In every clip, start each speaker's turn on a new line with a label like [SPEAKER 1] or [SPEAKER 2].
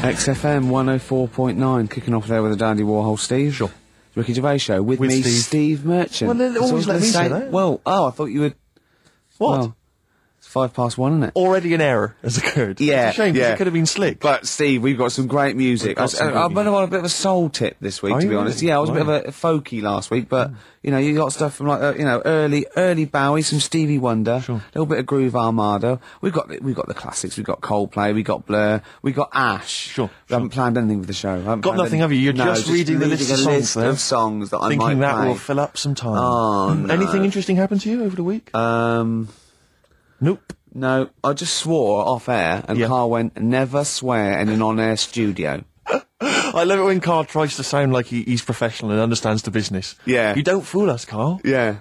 [SPEAKER 1] XFM 104.9, kicking off there with a Dandy Warhol Steve.
[SPEAKER 2] Sure.
[SPEAKER 1] Ricky Gervais Show with,
[SPEAKER 2] With
[SPEAKER 1] me, Steve,
[SPEAKER 2] Steve.
[SPEAKER 1] Merchant.
[SPEAKER 2] Well, they- they
[SPEAKER 1] That's
[SPEAKER 2] always
[SPEAKER 1] what I was
[SPEAKER 2] let
[SPEAKER 1] gonna
[SPEAKER 2] me do
[SPEAKER 1] say.
[SPEAKER 2] that.
[SPEAKER 1] Well, oh, I thought you would.
[SPEAKER 2] What?
[SPEAKER 1] Well, it's five past one, isn't it?
[SPEAKER 2] Already an error has occurred.
[SPEAKER 1] Yeah,
[SPEAKER 2] It's a shame 'cause
[SPEAKER 1] yeah.
[SPEAKER 2] it could have been slick.
[SPEAKER 1] But Steve, we've got some great music.
[SPEAKER 2] We've
[SPEAKER 1] I,
[SPEAKER 2] got
[SPEAKER 1] was-
[SPEAKER 2] some Oh,
[SPEAKER 1] I,
[SPEAKER 2] good
[SPEAKER 1] I went on a bit of a soul tip this week,
[SPEAKER 2] Are
[SPEAKER 1] to be
[SPEAKER 2] you
[SPEAKER 1] honest.
[SPEAKER 2] really?
[SPEAKER 1] Yeah, I was a bit of
[SPEAKER 2] Wow.
[SPEAKER 1] a folky last week,
[SPEAKER 2] Hmm.
[SPEAKER 1] but you know, you got stuff from like uh, you know early early Bowie, some Stevie Wonder, a little bit of Groove Armada. We've got the- we've got the classics. We've got Coldplay. We got Blur. We got Ash.
[SPEAKER 2] Sure,
[SPEAKER 1] We haven't planned anything for the show. I haven't
[SPEAKER 2] Got
[SPEAKER 1] planned
[SPEAKER 2] nothing,
[SPEAKER 1] any-
[SPEAKER 2] have you? You're
[SPEAKER 1] No,
[SPEAKER 2] just reading the list
[SPEAKER 1] reading
[SPEAKER 2] of
[SPEAKER 1] a
[SPEAKER 2] songs
[SPEAKER 1] list
[SPEAKER 2] there,
[SPEAKER 1] of songs that I
[SPEAKER 2] thinking
[SPEAKER 1] might
[SPEAKER 2] that
[SPEAKER 1] play.
[SPEAKER 2] will fill up some time.
[SPEAKER 1] Oh, no.
[SPEAKER 2] Anything interesting happened to you over the week?
[SPEAKER 1] Um.
[SPEAKER 2] nope.
[SPEAKER 1] No, I just swore off air, and
[SPEAKER 2] Yeah.
[SPEAKER 1] Carl went, "Never swear in an on-air studio."
[SPEAKER 2] I love it when Carl tries to sound like he, he's professional and understands the business.
[SPEAKER 1] Yeah.
[SPEAKER 2] You don't fool us, Carl.
[SPEAKER 1] Yeah,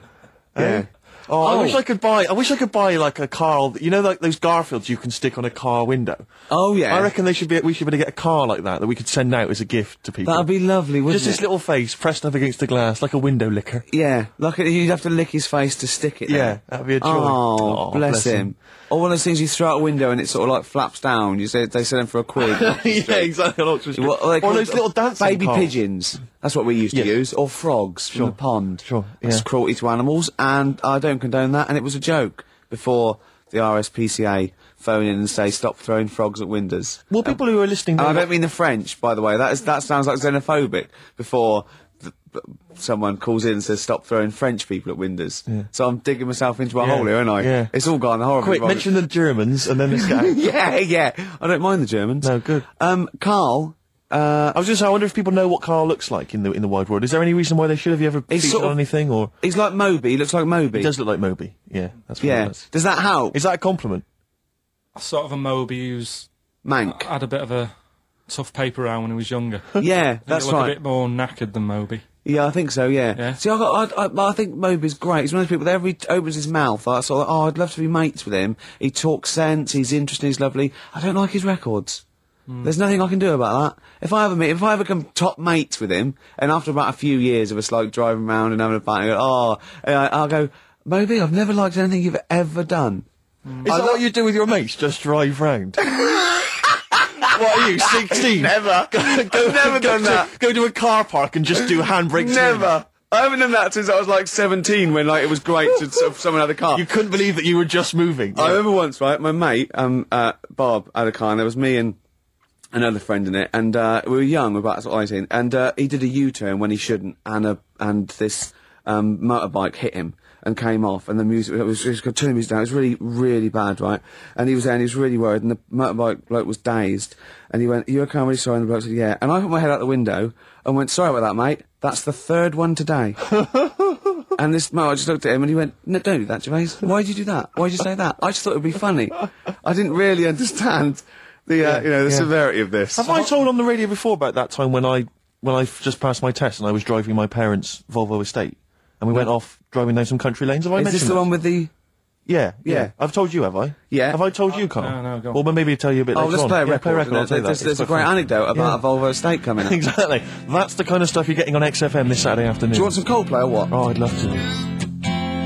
[SPEAKER 1] yeah.
[SPEAKER 2] Oh,
[SPEAKER 1] Oh.
[SPEAKER 2] I wish I could buy. I wish I could buy like a Carl. You know, like those Garfields you can stick on a car window.
[SPEAKER 1] Oh yeah.
[SPEAKER 2] I reckon they should be. We should be able to get a car like that that we could send out as a gift to people.
[SPEAKER 1] That'd be lovely, wouldn't
[SPEAKER 2] just his
[SPEAKER 1] it?
[SPEAKER 2] little face pressed up against the glass like a window licker.
[SPEAKER 1] yeah, like you'd have to lick his face to stick it.
[SPEAKER 2] Yeah,
[SPEAKER 1] there.
[SPEAKER 2] that'd be a joy.
[SPEAKER 1] Oh,
[SPEAKER 2] Oh,
[SPEAKER 1] bless,
[SPEAKER 2] bless
[SPEAKER 1] him.
[SPEAKER 2] him.
[SPEAKER 1] Or one of those things you throw out a window and it sort of like flaps down. You say they sell them for a quid.
[SPEAKER 2] yeah, exactly. On Oxford Street.
[SPEAKER 1] What are they
[SPEAKER 2] or
[SPEAKER 1] called?
[SPEAKER 2] those little dancing
[SPEAKER 1] baby
[SPEAKER 2] Carls.
[SPEAKER 1] pigeons. That's what we used to
[SPEAKER 2] Yeah.
[SPEAKER 1] use, or frogs from the pond.
[SPEAKER 2] Sure,
[SPEAKER 1] That's
[SPEAKER 2] yeah.
[SPEAKER 1] cruelty to animals, and I don't condone that. And it was a joke before the RSPCA phone in and say stop throwing frogs at windows.
[SPEAKER 2] Well, people who are listening,
[SPEAKER 1] And I
[SPEAKER 2] know-
[SPEAKER 1] don't mean the French, by the way. That is that sounds like xenophobic. Before th- b- someone calls in and says stop throwing French people at windows, so I'm digging myself into a
[SPEAKER 2] Yeah,
[SPEAKER 1] hole here, aren't I?
[SPEAKER 2] yeah.
[SPEAKER 1] It's all gone horribly
[SPEAKER 2] quick
[SPEAKER 1] wrong.
[SPEAKER 2] mention the Germans and then this guy.
[SPEAKER 1] yeah, yeah. I don't mind the Germans.
[SPEAKER 2] No, good.
[SPEAKER 1] Um, Carl. Uh,
[SPEAKER 2] I was just. I wonder if people know what Carl looks like in the in the wide world. Is there any reason why they should have you ever
[SPEAKER 1] He's
[SPEAKER 2] featured
[SPEAKER 1] sort of-
[SPEAKER 2] on anything? Or
[SPEAKER 1] he's like Moby. He looks like Moby.
[SPEAKER 2] he does look like Moby. Yeah, that's what He
[SPEAKER 1] yeah.
[SPEAKER 2] does.
[SPEAKER 1] Does that help?
[SPEAKER 2] Is that a compliment?
[SPEAKER 3] sort of a Moby who's
[SPEAKER 1] Mank.
[SPEAKER 3] had a bit of a tough paper round when he was younger.
[SPEAKER 1] yeah,
[SPEAKER 3] I think he
[SPEAKER 1] that's
[SPEAKER 3] looked
[SPEAKER 1] right.
[SPEAKER 3] A bit more knackered than Moby.
[SPEAKER 1] Yeah, I think so. Yeah.
[SPEAKER 3] Yeah.
[SPEAKER 1] See, I got. I, I, I think Moby's great. He's one of those people that every t- opens his mouth, I sort of, oh, I'd love to be mates with him. He talks sense. He's interesting. He's lovely. I don't like his records. There's nothing I can do about that. If I ever meet, if I ever come top mates with him, and after about a few years of us like driving around and having a party, I go, oh, and I, I'll go, Moby, I've never liked anything you've ever done.
[SPEAKER 2] Is that what you do with your mates? Just drive round. what are you, 16?
[SPEAKER 1] Never.
[SPEAKER 2] go,
[SPEAKER 1] I've never
[SPEAKER 2] go
[SPEAKER 1] done
[SPEAKER 2] to,
[SPEAKER 1] that.
[SPEAKER 2] Go to a car park and just do handbrakes.
[SPEAKER 1] Never. I haven't done that since I was like 17 when like it was great to sort of someone had a car.
[SPEAKER 2] You couldn't believe that you were just moving.
[SPEAKER 1] I remember once, right? My mate, um, uh, Bob, had a car, and there was me and another friend in it, and uh, we were young, we were about sort of 18, and uh, he did a U-turn when he shouldn't, and a, and this um, motorbike hit him and came off, and the music it was just turning music down. It was really, really bad, right? And he was there, and he was really worried, and the motorbike bloke was dazed, and he went, "You okay? I'm really sorry." And the bloke said, "Yeah," and I put my head out the window and went, "Sorry about that, mate. That's the third one today." And this man, I just looked at him and he went, no, don't do that, Gervais. Why did you do that? Why did you say that? I just thought it would be funny. I didn't really understand the, uh, you know, the
[SPEAKER 2] yeah.
[SPEAKER 1] severity of this.
[SPEAKER 2] Have I told on the radio before about that time when I when I f- just passed my test and I was driving my parents' Volvo estate and we went off driving down some country lanes? Have I
[SPEAKER 1] Is
[SPEAKER 2] mentioned
[SPEAKER 1] this the
[SPEAKER 2] that?
[SPEAKER 1] one with the...
[SPEAKER 2] Yeah, yeah,
[SPEAKER 1] Yeah.
[SPEAKER 2] I've told you, have I?
[SPEAKER 1] Yeah.
[SPEAKER 2] Have I told you, Carl?
[SPEAKER 3] no, no, go on.
[SPEAKER 2] Well, maybe I'll tell you a bit
[SPEAKER 1] Oh,
[SPEAKER 2] later
[SPEAKER 1] let's
[SPEAKER 2] on.
[SPEAKER 1] play a
[SPEAKER 2] Yeah,
[SPEAKER 1] record.
[SPEAKER 2] play a record. I'll
[SPEAKER 1] There's,
[SPEAKER 2] tell you that.
[SPEAKER 1] there's-
[SPEAKER 2] It's
[SPEAKER 1] there's a
[SPEAKER 2] quite
[SPEAKER 1] great
[SPEAKER 2] fun.
[SPEAKER 1] anecdote about a Volvo estate coming up. Do
[SPEAKER 2] exactly. That's the kind of stuff you're getting on XFM this Saturday afternoon.
[SPEAKER 1] you want some Coldplay or what?
[SPEAKER 2] Oh, I'd love to.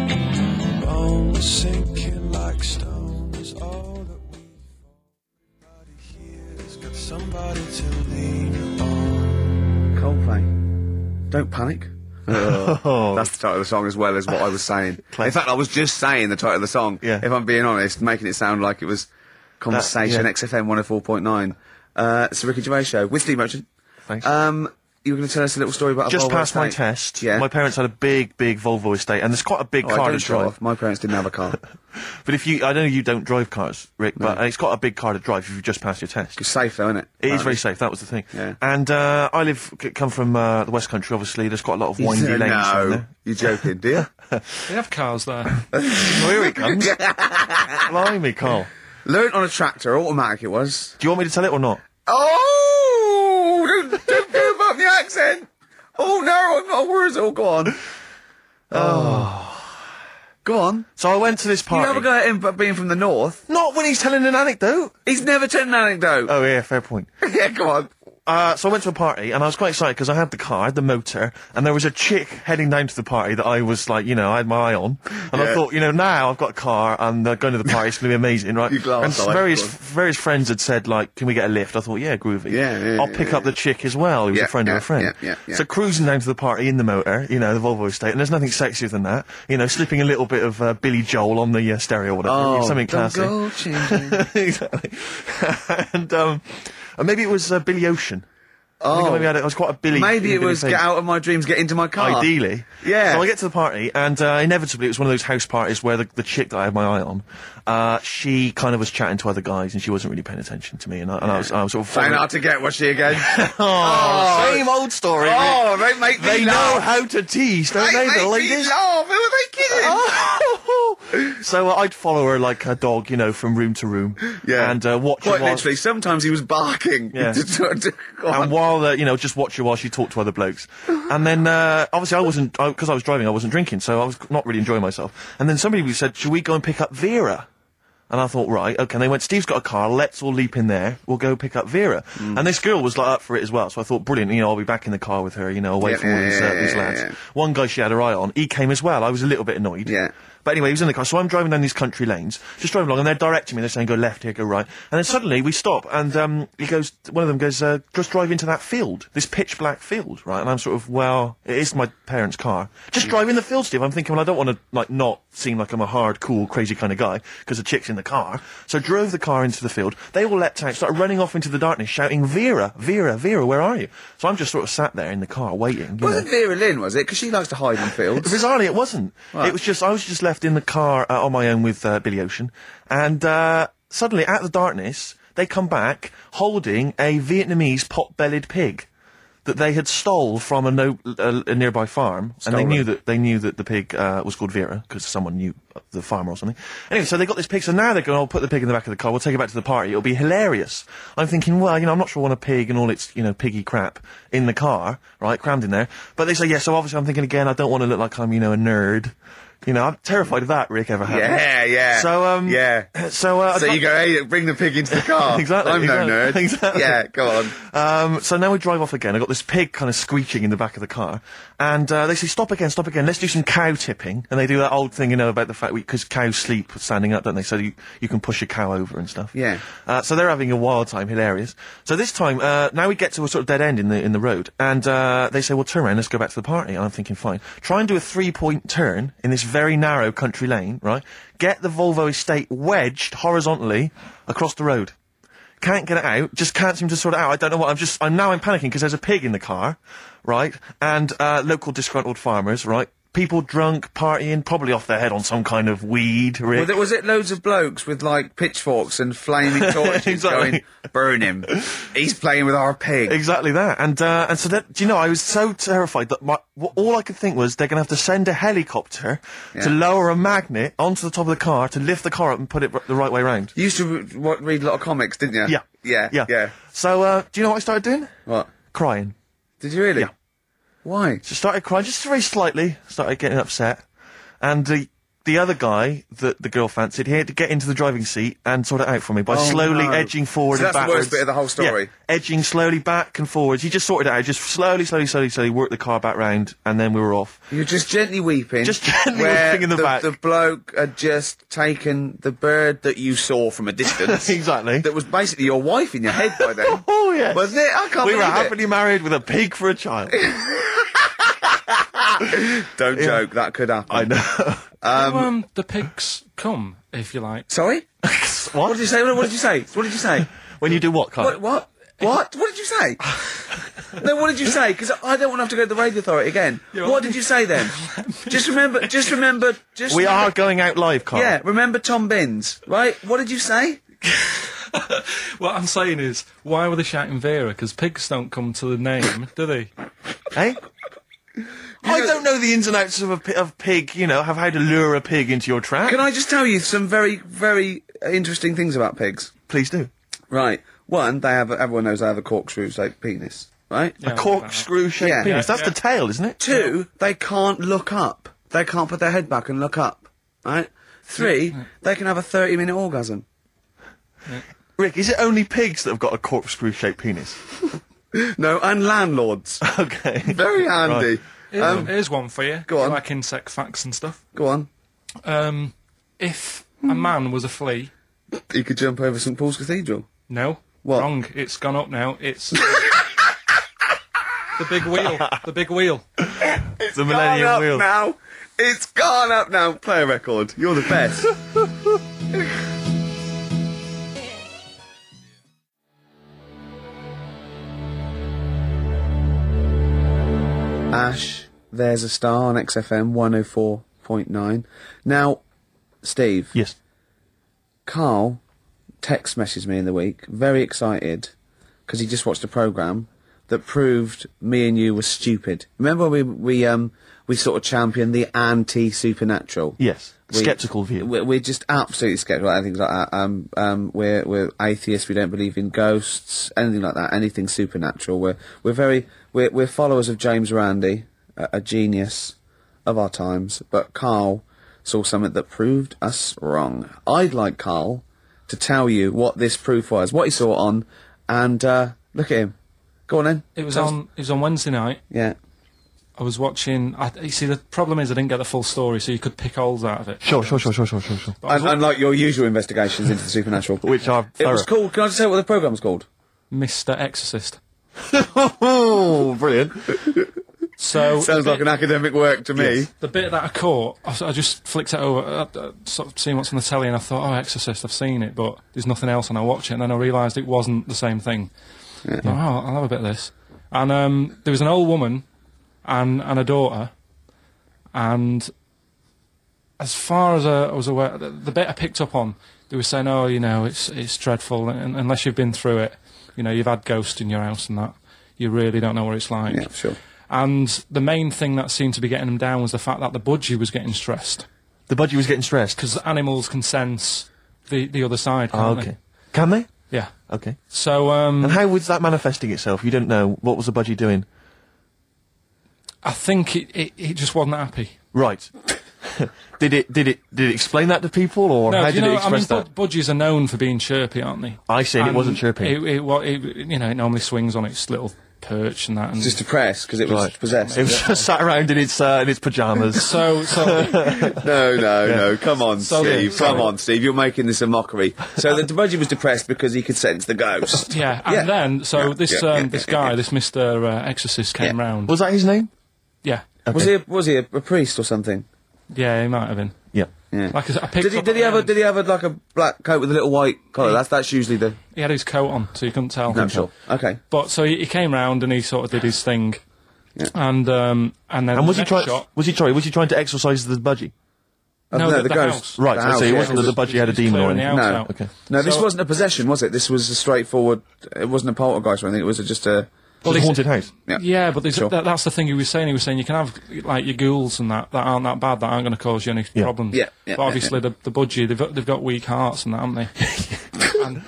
[SPEAKER 4] sinking like stones. All that we everybody here has got somebody to lean on.
[SPEAKER 1] Coldplay. Don't panic.
[SPEAKER 2] Oh.
[SPEAKER 1] That's the title of the song as well as what I was saying. In fact, I was just saying the title of the song,
[SPEAKER 2] Yeah.
[SPEAKER 1] if I'm being honest, making it sound like it was Conversation
[SPEAKER 2] yeah.
[SPEAKER 1] XFM 104.9. Uh, it's the Ricky Gervais Show with Steve Merchant.
[SPEAKER 2] Thanks.
[SPEAKER 1] Um, you were going to tell us a little story about a
[SPEAKER 2] just
[SPEAKER 1] Volvo
[SPEAKER 2] passed my
[SPEAKER 1] estate.
[SPEAKER 2] test.
[SPEAKER 1] Yeah.
[SPEAKER 2] My parents had a big, big Volvo estate, and it's quite a big
[SPEAKER 1] Oh, I
[SPEAKER 2] car
[SPEAKER 1] don't
[SPEAKER 2] to
[SPEAKER 1] show
[SPEAKER 2] drive.
[SPEAKER 1] off. My parents didn't have a car.
[SPEAKER 2] But if you, I know you don't drive cars, Rick, but uh, it's quite a big car to drive if you have just passed your test.
[SPEAKER 1] It's safe though, isn't it?
[SPEAKER 2] It is very safe. That was the thing.
[SPEAKER 1] Yeah.
[SPEAKER 2] And uh, I live, c- come from uh, the West Country. Obviously, there's quite a lot of windy
[SPEAKER 1] no,
[SPEAKER 2] lanes. down there.
[SPEAKER 1] you're joking, do you?
[SPEAKER 3] They have cars there.
[SPEAKER 2] Oh, here it comes. Blimey, Carl.
[SPEAKER 1] Learned on a tractor, automatic it was.
[SPEAKER 2] Do you want me to tell it or not?
[SPEAKER 1] Oh, don't, don't give up the accent. Oh no, I've got words. Oh, go on. Oh, go on.
[SPEAKER 2] So I went to this
[SPEAKER 1] You
[SPEAKER 2] Oh. party.
[SPEAKER 1] have a go at him for being from the north.
[SPEAKER 2] Not when he's telling an anecdote.
[SPEAKER 1] He's never told an anecdote.
[SPEAKER 2] Oh yeah, fair point.
[SPEAKER 1] yeah, go on.
[SPEAKER 2] Uh, so I went to a party and I was quite excited because I had the car, I had the motor, and there was a chick heading down to the party that I was like, you know, I had my eye on, and I
[SPEAKER 1] Yeah.
[SPEAKER 2] thought, you know, now I've got a car and uh, going to the party, it's going to be amazing, right?
[SPEAKER 1] You glass
[SPEAKER 2] and s-
[SPEAKER 1] eye,
[SPEAKER 2] various
[SPEAKER 1] of course.
[SPEAKER 2] various friends had said like, can we get a lift? I thought, yeah, groovy.
[SPEAKER 1] Yeah, yeah,
[SPEAKER 2] I'll
[SPEAKER 1] yeah,
[SPEAKER 2] pick
[SPEAKER 1] yeah.
[SPEAKER 2] up the chick as well. He was
[SPEAKER 1] Yeah,
[SPEAKER 2] a friend
[SPEAKER 1] yeah,
[SPEAKER 2] of a friend.
[SPEAKER 1] yeah, yeah, yeah.
[SPEAKER 2] So cruising down to the party in the motor, you know, the Volvo estate, and there's nothing sexier than that, you know, slipping a little bit of uh, Billy Joel on the uh, stereo or whatever,
[SPEAKER 1] Oh,
[SPEAKER 2] something classy. exactly. and um, and maybe it was uh, Billy Ocean. I think I
[SPEAKER 1] Oh.
[SPEAKER 2] maybe had it. I was quite a Billy.
[SPEAKER 1] Maybe it
[SPEAKER 2] Billy
[SPEAKER 1] was
[SPEAKER 2] thing.
[SPEAKER 1] get out of my dreams, get into my car.
[SPEAKER 2] Ideally,
[SPEAKER 1] Yeah.
[SPEAKER 2] So I get to the party, and uh, inevitably, it was one of those house parties where the, the chick that I had my eye on, uh, she kind of was chatting to other guys, and she wasn't really paying attention to me, and I, and I was, I was sort of.
[SPEAKER 1] Saying
[SPEAKER 2] following-
[SPEAKER 1] how to get, was she again?
[SPEAKER 2] oh, same old story. mate.
[SPEAKER 1] oh, they make me
[SPEAKER 2] they know
[SPEAKER 1] laugh.
[SPEAKER 2] how to tease, don't
[SPEAKER 1] They
[SPEAKER 2] they,
[SPEAKER 1] make
[SPEAKER 2] the
[SPEAKER 1] me
[SPEAKER 2] ladies? Oh.
[SPEAKER 1] laugh. Who are they kidding?
[SPEAKER 2] so uh, I'd follow her like a dog, you know, from room to room,
[SPEAKER 1] Yeah.
[SPEAKER 2] and uh, watch her
[SPEAKER 1] Quite
[SPEAKER 2] while-
[SPEAKER 1] literally, sometimes he was barking.
[SPEAKER 2] Yeah. and while uh, you know, just watch her while she talked to other blokes. And then uh, obviously I wasn't because I was driving, I wasn't drinking, so I was not really enjoying myself. And then somebody said, "Should we go and pick up Vera?" And I thought, right, okay. And they went, Steve's got a car. Let's all leap in there. We'll go pick up Vera.
[SPEAKER 1] Mm.
[SPEAKER 2] And this girl was like up for it as well. So I thought, brilliant. You know, I'll be back in the car with her. You know, away
[SPEAKER 1] Yeah,
[SPEAKER 2] from all
[SPEAKER 1] yeah,
[SPEAKER 2] these,
[SPEAKER 1] yeah,
[SPEAKER 2] uh, these
[SPEAKER 1] yeah,
[SPEAKER 2] lads.
[SPEAKER 1] yeah.
[SPEAKER 2] One guy she had her eye on, he came as well. I was a little bit annoyed.
[SPEAKER 1] Yeah.
[SPEAKER 2] But anyway, he was in the car. So I'm driving down these country lanes, just driving along, and they're directing me. They're saying, go left here, go right. And then suddenly we stop, and um, he goes, one of them goes, uh, just drive into that field, this pitch black field, right? And I'm sort of, well, it is my parents' car. Just drive in the field, Steve. I'm thinking, well, I don't want to, like, not seem like I'm a hard, cool, crazy kind of guy, because the chick's in the car. So I drove the car into the field. They all leapt out, started running off into the darkness, shouting, Vera, Vera, Vera, where are you? So I'm just sort of sat there in the car, waiting. you know.
[SPEAKER 1] Wasn't Vera Lynn, was it? Because she likes to hide in fields.
[SPEAKER 2] Bizarrely, it wasn't.
[SPEAKER 1] Right.
[SPEAKER 2] It was just I was just left in the car uh, on my own with uh, Billy Ocean, and uh, suddenly, out of the darkness, they come back holding a Vietnamese pot-bellied pig that they had stole from a, no, a, a nearby farm, and they knew that they knew that the pig uh, was called Vera because someone knew the farmer or something. Anyway, so they got this pig. So now they're going, "I'll put the pig in the back of the car. We'll take it back to the party. It'll be hilarious." I'm thinking, well, you know, I'm not sure I want a pig and all its you know piggy crap in the car, right, crammed in there. But they say, yeah. So obviously, I'm thinking again. I don't want to look like I'm you know a nerd. You know, I'm terrified of that, Rick. Ever had?
[SPEAKER 1] Yeah, yeah.
[SPEAKER 2] So um,
[SPEAKER 1] Yeah.
[SPEAKER 2] So uh,
[SPEAKER 1] So you go, hey, bring the pig into the car.
[SPEAKER 2] Exactly,
[SPEAKER 1] I'm no nerd.
[SPEAKER 2] exactly, exactly.
[SPEAKER 1] Yeah, go on.
[SPEAKER 2] Um, so now we drive off again. I got this pig kind of screeching in the back of the car, and uh, they say, "Stop again, stop again. Let's do some cow tipping." And they do that old thing, you know, about the fact because cows sleep standing up, don't they? So you you can push a cow over and stuff.
[SPEAKER 1] Yeah.
[SPEAKER 2] Uh, so they're having a wild time, hilarious. So this time, uh, now we get to a sort of dead end in the in the road, and uh, they say, "Well, turn around, let's go back to the party." And I'm thinking, fine, try and do a three point turn in this very narrow country lane, right? Get the Volvo estate wedged horizontally across the road. Can't get it out. Just can't seem to sort it out. I don't know what. I'm just. I'm now. I'm panicking because there's a pig in the car, right? And uh, local disgruntled farmers, right? People drunk, partying, probably off their head on some kind of weed. Rick.
[SPEAKER 1] Was it, was it loads of blokes with like pitchforks and flaming torches
[SPEAKER 2] Exactly.
[SPEAKER 1] going, burn him? He's playing with our pig.
[SPEAKER 2] Exactly that, and uh, and so that do you know I was so terrified that my wh- all I could think was they're going to have to send a helicopter
[SPEAKER 1] Yeah.
[SPEAKER 2] to lower a magnet onto the top of the car to lift the car up and put it r- the right way round.
[SPEAKER 1] You used to re- what, read a lot of comics, didn't you?
[SPEAKER 2] Yeah,
[SPEAKER 1] Yeah.
[SPEAKER 2] yeah, So uh, do you know what I started doing?
[SPEAKER 1] What?
[SPEAKER 2] Crying.
[SPEAKER 1] Did you really?
[SPEAKER 2] Yeah.
[SPEAKER 1] Why?
[SPEAKER 2] Just started crying, just very slightly. Started getting upset, and the the other guy that the girl fancied, he had to get into the driving seat and sort it out for me by
[SPEAKER 1] Oh,
[SPEAKER 2] slowly
[SPEAKER 1] no.
[SPEAKER 2] edging forward
[SPEAKER 1] So
[SPEAKER 2] and
[SPEAKER 1] that's the worst
[SPEAKER 2] backwards.
[SPEAKER 1] bit of the whole story.
[SPEAKER 2] Yeah, edging slowly back and forwards. He just sorted it out, just slowly, slowly, slowly, slowly worked the car back round, and then we were off.
[SPEAKER 1] You're just gently weeping.
[SPEAKER 2] Just gently
[SPEAKER 1] where
[SPEAKER 2] weeping in the back.
[SPEAKER 1] The bloke had just taken the bird that you saw from a distance.
[SPEAKER 2] Exactly.
[SPEAKER 1] That was basically your wife in your head by then.
[SPEAKER 2] Oh yes,
[SPEAKER 1] Wasn't it? I can't
[SPEAKER 2] we were
[SPEAKER 1] believe it.
[SPEAKER 2] happily married with a pig for a child.
[SPEAKER 1] Don't joke, that could happen.
[SPEAKER 2] I know.
[SPEAKER 3] Um, the pigs come, if you like.
[SPEAKER 1] Sorry?
[SPEAKER 2] what?
[SPEAKER 1] What did you say? What did you say? What did you say?
[SPEAKER 2] When you do what, Carl?
[SPEAKER 1] What? What? What? What did you say? no, what did you say? Because I don't want to have to go to the radio authority again. what did you say then? just remember. Just remember. Just
[SPEAKER 2] We are
[SPEAKER 1] remember-
[SPEAKER 2] going out live, Carl.
[SPEAKER 1] Yeah, remember Tom Binns, right? What did you say?
[SPEAKER 3] What I'm saying is, why were they shouting Vera? Because pigs don't come to the name, do they?
[SPEAKER 1] Um,
[SPEAKER 2] Hey. Eh? I don't know the ins and outs of a pi- of pig. You know, have how to lure a pig into your trap.
[SPEAKER 1] Can I just tell you some very, very uh, interesting things about pigs?
[SPEAKER 2] Please do.
[SPEAKER 1] Right. One, they have. Everyone knows they have a corkscrew-shaped penis, right?
[SPEAKER 3] Yeah.
[SPEAKER 2] Corkscrew shaped
[SPEAKER 1] Yeah.
[SPEAKER 2] penis.
[SPEAKER 3] Yeah,
[SPEAKER 2] That's the tail, isn't it?
[SPEAKER 1] Two, they can't look up. They can't put their head back and look up, right? Three, they can have a thirty-minute orgasm.
[SPEAKER 2] Rick, is it only pigs that have got a corkscrew shaped penis?
[SPEAKER 1] No, and landlords.
[SPEAKER 2] Okay.
[SPEAKER 1] Very handy.
[SPEAKER 3] Here's, here's one for you.
[SPEAKER 1] go on.
[SPEAKER 3] Like insect facts and stuff.
[SPEAKER 1] Go on.
[SPEAKER 3] Um, if a
[SPEAKER 1] Hmm.
[SPEAKER 3] man was a flea,
[SPEAKER 1] You could jump over St Paul's Cathedral.
[SPEAKER 3] no,
[SPEAKER 1] What?
[SPEAKER 3] wrong. It's gone up now. It's the big wheel. The big wheel.
[SPEAKER 2] It's the Millennium
[SPEAKER 1] gone up
[SPEAKER 2] Wheel.
[SPEAKER 1] now. It's gone up now. Play a record. You're the best. Ash, there's a star on XFM 104.9. Now, Steve,
[SPEAKER 2] Yes.
[SPEAKER 1] Carl text messaged me in the week, very excited, because he just watched a program that proved me and you were stupid. Remember we we um we sort of championed the anti supernatural.
[SPEAKER 2] Yes. Skeptical view.
[SPEAKER 1] We're, we're just absolutely skeptical about things like that. Um, um, we're we're atheists. We don't believe in ghosts, anything like that, anything supernatural. We're we're very we're we're followers of James Randi, a, a genius of our times. But Carl saw something that proved us wrong. I'd like Carl to tell you what this proof was, what he saw it on, and uh, look at him. Go on then.
[SPEAKER 3] It was
[SPEAKER 1] Tell us-
[SPEAKER 3] on. It was on Wednesday night.
[SPEAKER 1] Yeah.
[SPEAKER 3] I was watching. I, you see, the problem is I didn't get the full story, so you could pick holes out of it.
[SPEAKER 2] Sure, sure, sure, sure, sure, sure, sure.
[SPEAKER 1] Un- unlike your usual investigations into the supernatural,
[SPEAKER 2] Which are
[SPEAKER 1] it was
[SPEAKER 2] thorough.
[SPEAKER 1] called. Can I just say what the program was called?
[SPEAKER 3] Mr. Exorcist.
[SPEAKER 2] Oh, brilliant.
[SPEAKER 3] So
[SPEAKER 1] Sounds
[SPEAKER 3] the
[SPEAKER 1] like
[SPEAKER 3] bit-
[SPEAKER 1] an academic work to me.
[SPEAKER 3] The bit that I caught, I, s- I just flicked it over, uh, uh, sort of seeing what's on the telly, and I thought, oh, Exorcist, I've seen it, but there's nothing else, and I watched it, and then I realised it wasn't the same thing. I thought, oh, I'll have a bit of this. And um, there was an old woman and, and a daughter, and as far as I I was aware, the, the bit I picked up on, they were saying, oh, you know, it's, it's dreadful, and, unless you've been through it, you know, you've had ghosts in your house and that, you really don't know what it's like.
[SPEAKER 1] Yeah, sure.
[SPEAKER 3] And the main thing that seemed to be getting them down was the fact that the budgie was getting stressed
[SPEAKER 2] The budgie was getting stressed.
[SPEAKER 3] because animals can sense the, the other side.
[SPEAKER 2] Oh,
[SPEAKER 3] Can't
[SPEAKER 2] okay. Can they?
[SPEAKER 3] They? Yeah.
[SPEAKER 2] Okay.
[SPEAKER 3] So
[SPEAKER 2] And
[SPEAKER 3] um,
[SPEAKER 2] how was that manifesting itself? You don't know. What was the budgie doing?
[SPEAKER 3] I think it, it, it just wasn't happy.
[SPEAKER 2] Right. did it did it did it explain that to people or
[SPEAKER 3] No,
[SPEAKER 2] how
[SPEAKER 3] do you
[SPEAKER 2] did
[SPEAKER 3] know,
[SPEAKER 2] it
[SPEAKER 3] I mean,
[SPEAKER 2] express that?
[SPEAKER 3] bud- budgies are known for being chirpy, aren't they?
[SPEAKER 2] I see, and it
[SPEAKER 3] And
[SPEAKER 2] wasn't chirpy.
[SPEAKER 3] It, it, wa- it, you know, it normally swings on its little perch and that. And
[SPEAKER 1] Just depressed because it was
[SPEAKER 2] Right.
[SPEAKER 1] possessed.
[SPEAKER 2] It was just sat around in its uh, in its pajamas.
[SPEAKER 3] so, so
[SPEAKER 1] no, no, no. Come on,
[SPEAKER 3] So-
[SPEAKER 1] Steve.
[SPEAKER 3] so-
[SPEAKER 1] Come on, Steve. You're making this a mockery. So the budgie was depressed because he could sense the ghost.
[SPEAKER 3] yeah. And
[SPEAKER 1] Yeah.
[SPEAKER 3] then, so
[SPEAKER 1] Yeah,
[SPEAKER 3] this
[SPEAKER 1] yeah,
[SPEAKER 3] um,
[SPEAKER 1] yeah,
[SPEAKER 3] this
[SPEAKER 1] yeah,
[SPEAKER 3] guy,
[SPEAKER 1] yeah.
[SPEAKER 3] this Mister uh, Exorcist, came round.
[SPEAKER 2] was that his name?
[SPEAKER 3] yeah,
[SPEAKER 1] Was he? A, was he a, a priest or something?
[SPEAKER 3] yeah, he might have been.
[SPEAKER 2] Yeah.
[SPEAKER 1] Yeah.
[SPEAKER 3] Like I, s- I picked
[SPEAKER 1] did he?
[SPEAKER 3] up
[SPEAKER 1] Did
[SPEAKER 3] at
[SPEAKER 1] he
[SPEAKER 3] the
[SPEAKER 1] have? A,
[SPEAKER 3] end-
[SPEAKER 1] did he have a, like a black coat with a little white collar? That's that's usually the.
[SPEAKER 3] He had his coat on, so you couldn't tell.
[SPEAKER 1] I'm sure. Okay.
[SPEAKER 3] But so he, he came round and he sort of did his thing, and um, and then
[SPEAKER 2] And
[SPEAKER 3] the
[SPEAKER 2] was he
[SPEAKER 3] next
[SPEAKER 2] trying?
[SPEAKER 3] shot-
[SPEAKER 2] Was he trying? Was he trying to exorcise the budgie?
[SPEAKER 1] Uh,
[SPEAKER 3] No, the- the house.
[SPEAKER 2] Right.
[SPEAKER 1] The
[SPEAKER 2] so- so
[SPEAKER 1] house,
[SPEAKER 2] it
[SPEAKER 1] yeah.
[SPEAKER 2] wasn't that the budgie had a
[SPEAKER 3] He's
[SPEAKER 2] demon or
[SPEAKER 3] clearing the
[SPEAKER 2] anything.
[SPEAKER 3] house
[SPEAKER 1] No.
[SPEAKER 3] out.
[SPEAKER 2] Okay.
[SPEAKER 1] No, this
[SPEAKER 3] So-
[SPEAKER 1] wasn't a possession, was it? This was a straightforward. It wasn't a poltergeist or anything. It was a, just a.
[SPEAKER 2] Well,
[SPEAKER 3] they-
[SPEAKER 2] haunted house.
[SPEAKER 1] Yeah.
[SPEAKER 3] Yeah, but there's
[SPEAKER 1] Sure.
[SPEAKER 3] that, that's the thing he was saying. He was saying you can have like your ghouls and that that aren't that bad, that aren't going to cause you any
[SPEAKER 2] Yeah.
[SPEAKER 3] problems.
[SPEAKER 1] Yeah, yeah,
[SPEAKER 3] but
[SPEAKER 1] yeah,
[SPEAKER 3] obviously the the budgie they've got- they've got weak hearts and that, haven't they? and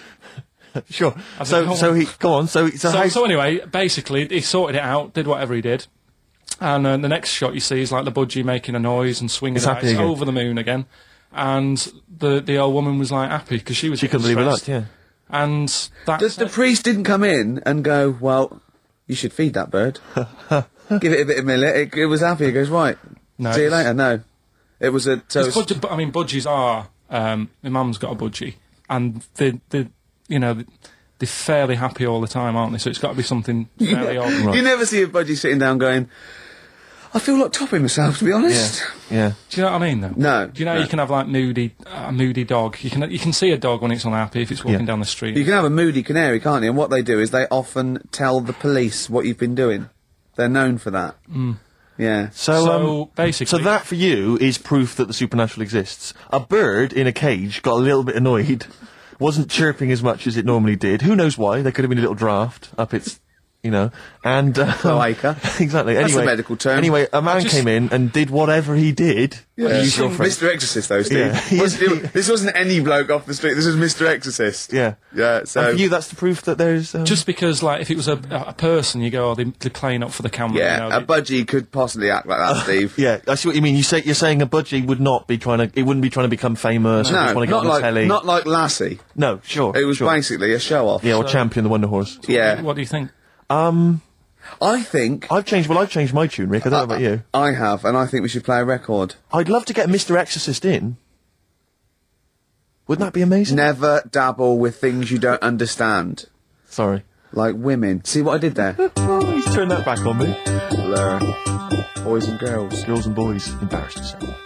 [SPEAKER 2] Sure.
[SPEAKER 3] As a
[SPEAKER 2] So
[SPEAKER 3] whole-
[SPEAKER 2] so he go on. So so,
[SPEAKER 3] so,
[SPEAKER 2] how,
[SPEAKER 3] so anyway, basically he sorted it out, did whatever he did, and uh, the next shot you see is like the budgie making a noise and swinging
[SPEAKER 2] It's
[SPEAKER 3] it out.
[SPEAKER 2] happy
[SPEAKER 3] It's
[SPEAKER 2] again.
[SPEAKER 3] over the moon again, and the the old woman was like happy because she was
[SPEAKER 2] she couldn't believe it.
[SPEAKER 3] stressed.
[SPEAKER 2] Looked, yeah.
[SPEAKER 3] And
[SPEAKER 1] The,
[SPEAKER 3] that's
[SPEAKER 1] the priest didn't come in and go, well, you should feed that bird. Give it a bit of millet. It, it was happy. It goes, right.
[SPEAKER 3] No,
[SPEAKER 1] See you
[SPEAKER 3] it's-
[SPEAKER 1] later. No. It was a. So it's-
[SPEAKER 3] It's budgie- but, I mean, budgies are. Um, my mum's got a budgie, and they, they, you know, they're fairly happy all the time, aren't they? So it's got to be something fairly odd.
[SPEAKER 1] you never see a budgie sitting down going, I feel like topping myself, to be honest.
[SPEAKER 2] Yeah.
[SPEAKER 3] Do you know what I mean? Though.
[SPEAKER 1] No,
[SPEAKER 3] Do you know
[SPEAKER 1] no.
[SPEAKER 3] you can have like moody, a moody dog. You can you can see a dog when it's unhappy if it's walking
[SPEAKER 2] Yeah.
[SPEAKER 3] down the street.
[SPEAKER 1] You can have a moody canary, can't you? And what they do is they often tell the police what you've been doing. They're known for that. Yeah.
[SPEAKER 2] Mm. So,
[SPEAKER 3] So,
[SPEAKER 2] um,
[SPEAKER 3] basically-
[SPEAKER 2] so that for you is proof that the supernatural exists. A bird in a cage got a little bit annoyed, wasn't chirping as much as it normally did. Who knows why? There could have been a little draft up its, you know, and um,
[SPEAKER 1] Cloaca.
[SPEAKER 2] exactly.
[SPEAKER 1] That's a
[SPEAKER 2] Anyway,
[SPEAKER 1] medical term.
[SPEAKER 2] Anyway, a man
[SPEAKER 3] just-
[SPEAKER 2] came in and did whatever he did. Unusual friend.
[SPEAKER 1] Mr. Exorcist, though, Steve.
[SPEAKER 2] Yeah. He
[SPEAKER 1] Wasn't-
[SPEAKER 2] is-
[SPEAKER 1] this wasn't any bloke off the street. This was Mr. Exorcist.
[SPEAKER 2] Yeah.
[SPEAKER 1] Yeah, so.
[SPEAKER 2] and for you, that's the proof that there's. Um,
[SPEAKER 3] just because, like, if it was a, a person, you go, oh, they, they're playing up for the camera.
[SPEAKER 1] yeah,
[SPEAKER 3] you know,
[SPEAKER 1] a budgie could possibly act like that, Steve.
[SPEAKER 2] Yeah, I see what you mean. You say you're saying a budgie would not be trying to. It wouldn't be trying to become famous. or
[SPEAKER 1] No,
[SPEAKER 2] just want to get
[SPEAKER 1] not
[SPEAKER 2] on the
[SPEAKER 1] like,
[SPEAKER 2] telly.
[SPEAKER 1] not like Lassie.
[SPEAKER 2] no, sure.
[SPEAKER 1] It was
[SPEAKER 2] sure.
[SPEAKER 1] basically a show off.
[SPEAKER 2] Yeah, or champion the Wonder Horse.
[SPEAKER 1] Yeah.
[SPEAKER 3] What do you think?
[SPEAKER 2] Um,
[SPEAKER 1] I think
[SPEAKER 2] I've changed. Well, I've changed my tune, Rick. I don't know about you.
[SPEAKER 1] I have, and I think we should play a record.
[SPEAKER 2] I'd love to get Mr. Exorcist in. Wouldn't that be amazing?
[SPEAKER 1] Never dabble with things you don't understand,
[SPEAKER 2] Sorry.
[SPEAKER 1] like women. See what I did there?
[SPEAKER 2] Please turn that back on me.
[SPEAKER 1] Blur. Boys and girls.
[SPEAKER 2] Girls and boys, embarrassed yourself.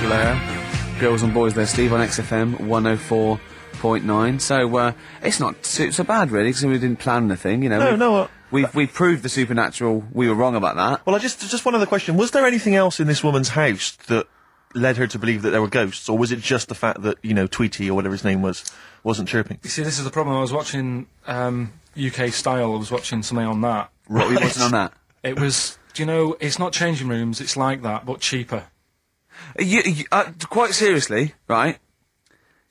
[SPEAKER 1] Blair, Girls and Boys there, Steve, on XFM 104.9. So, uh, it's not so, so bad, really, because we didn't plan the thing, you know.
[SPEAKER 2] No,
[SPEAKER 1] we've,
[SPEAKER 2] no, uh,
[SPEAKER 1] We've, we've proved the supernatural, we were wrong about that.
[SPEAKER 2] Well, I just just one other question. Was there anything else in this woman's house that led her to believe that there were ghosts, or was it just the fact that you know Tweety or whatever his name was wasn't chirping?
[SPEAKER 3] You see, this is the problem. I was watching um, UK Style. I was watching something on that.
[SPEAKER 1] But we wasn't on that.
[SPEAKER 3] It was, do you know, it's not changing rooms. It's like that, but cheaper.
[SPEAKER 1] You, you- uh, quite seriously, right?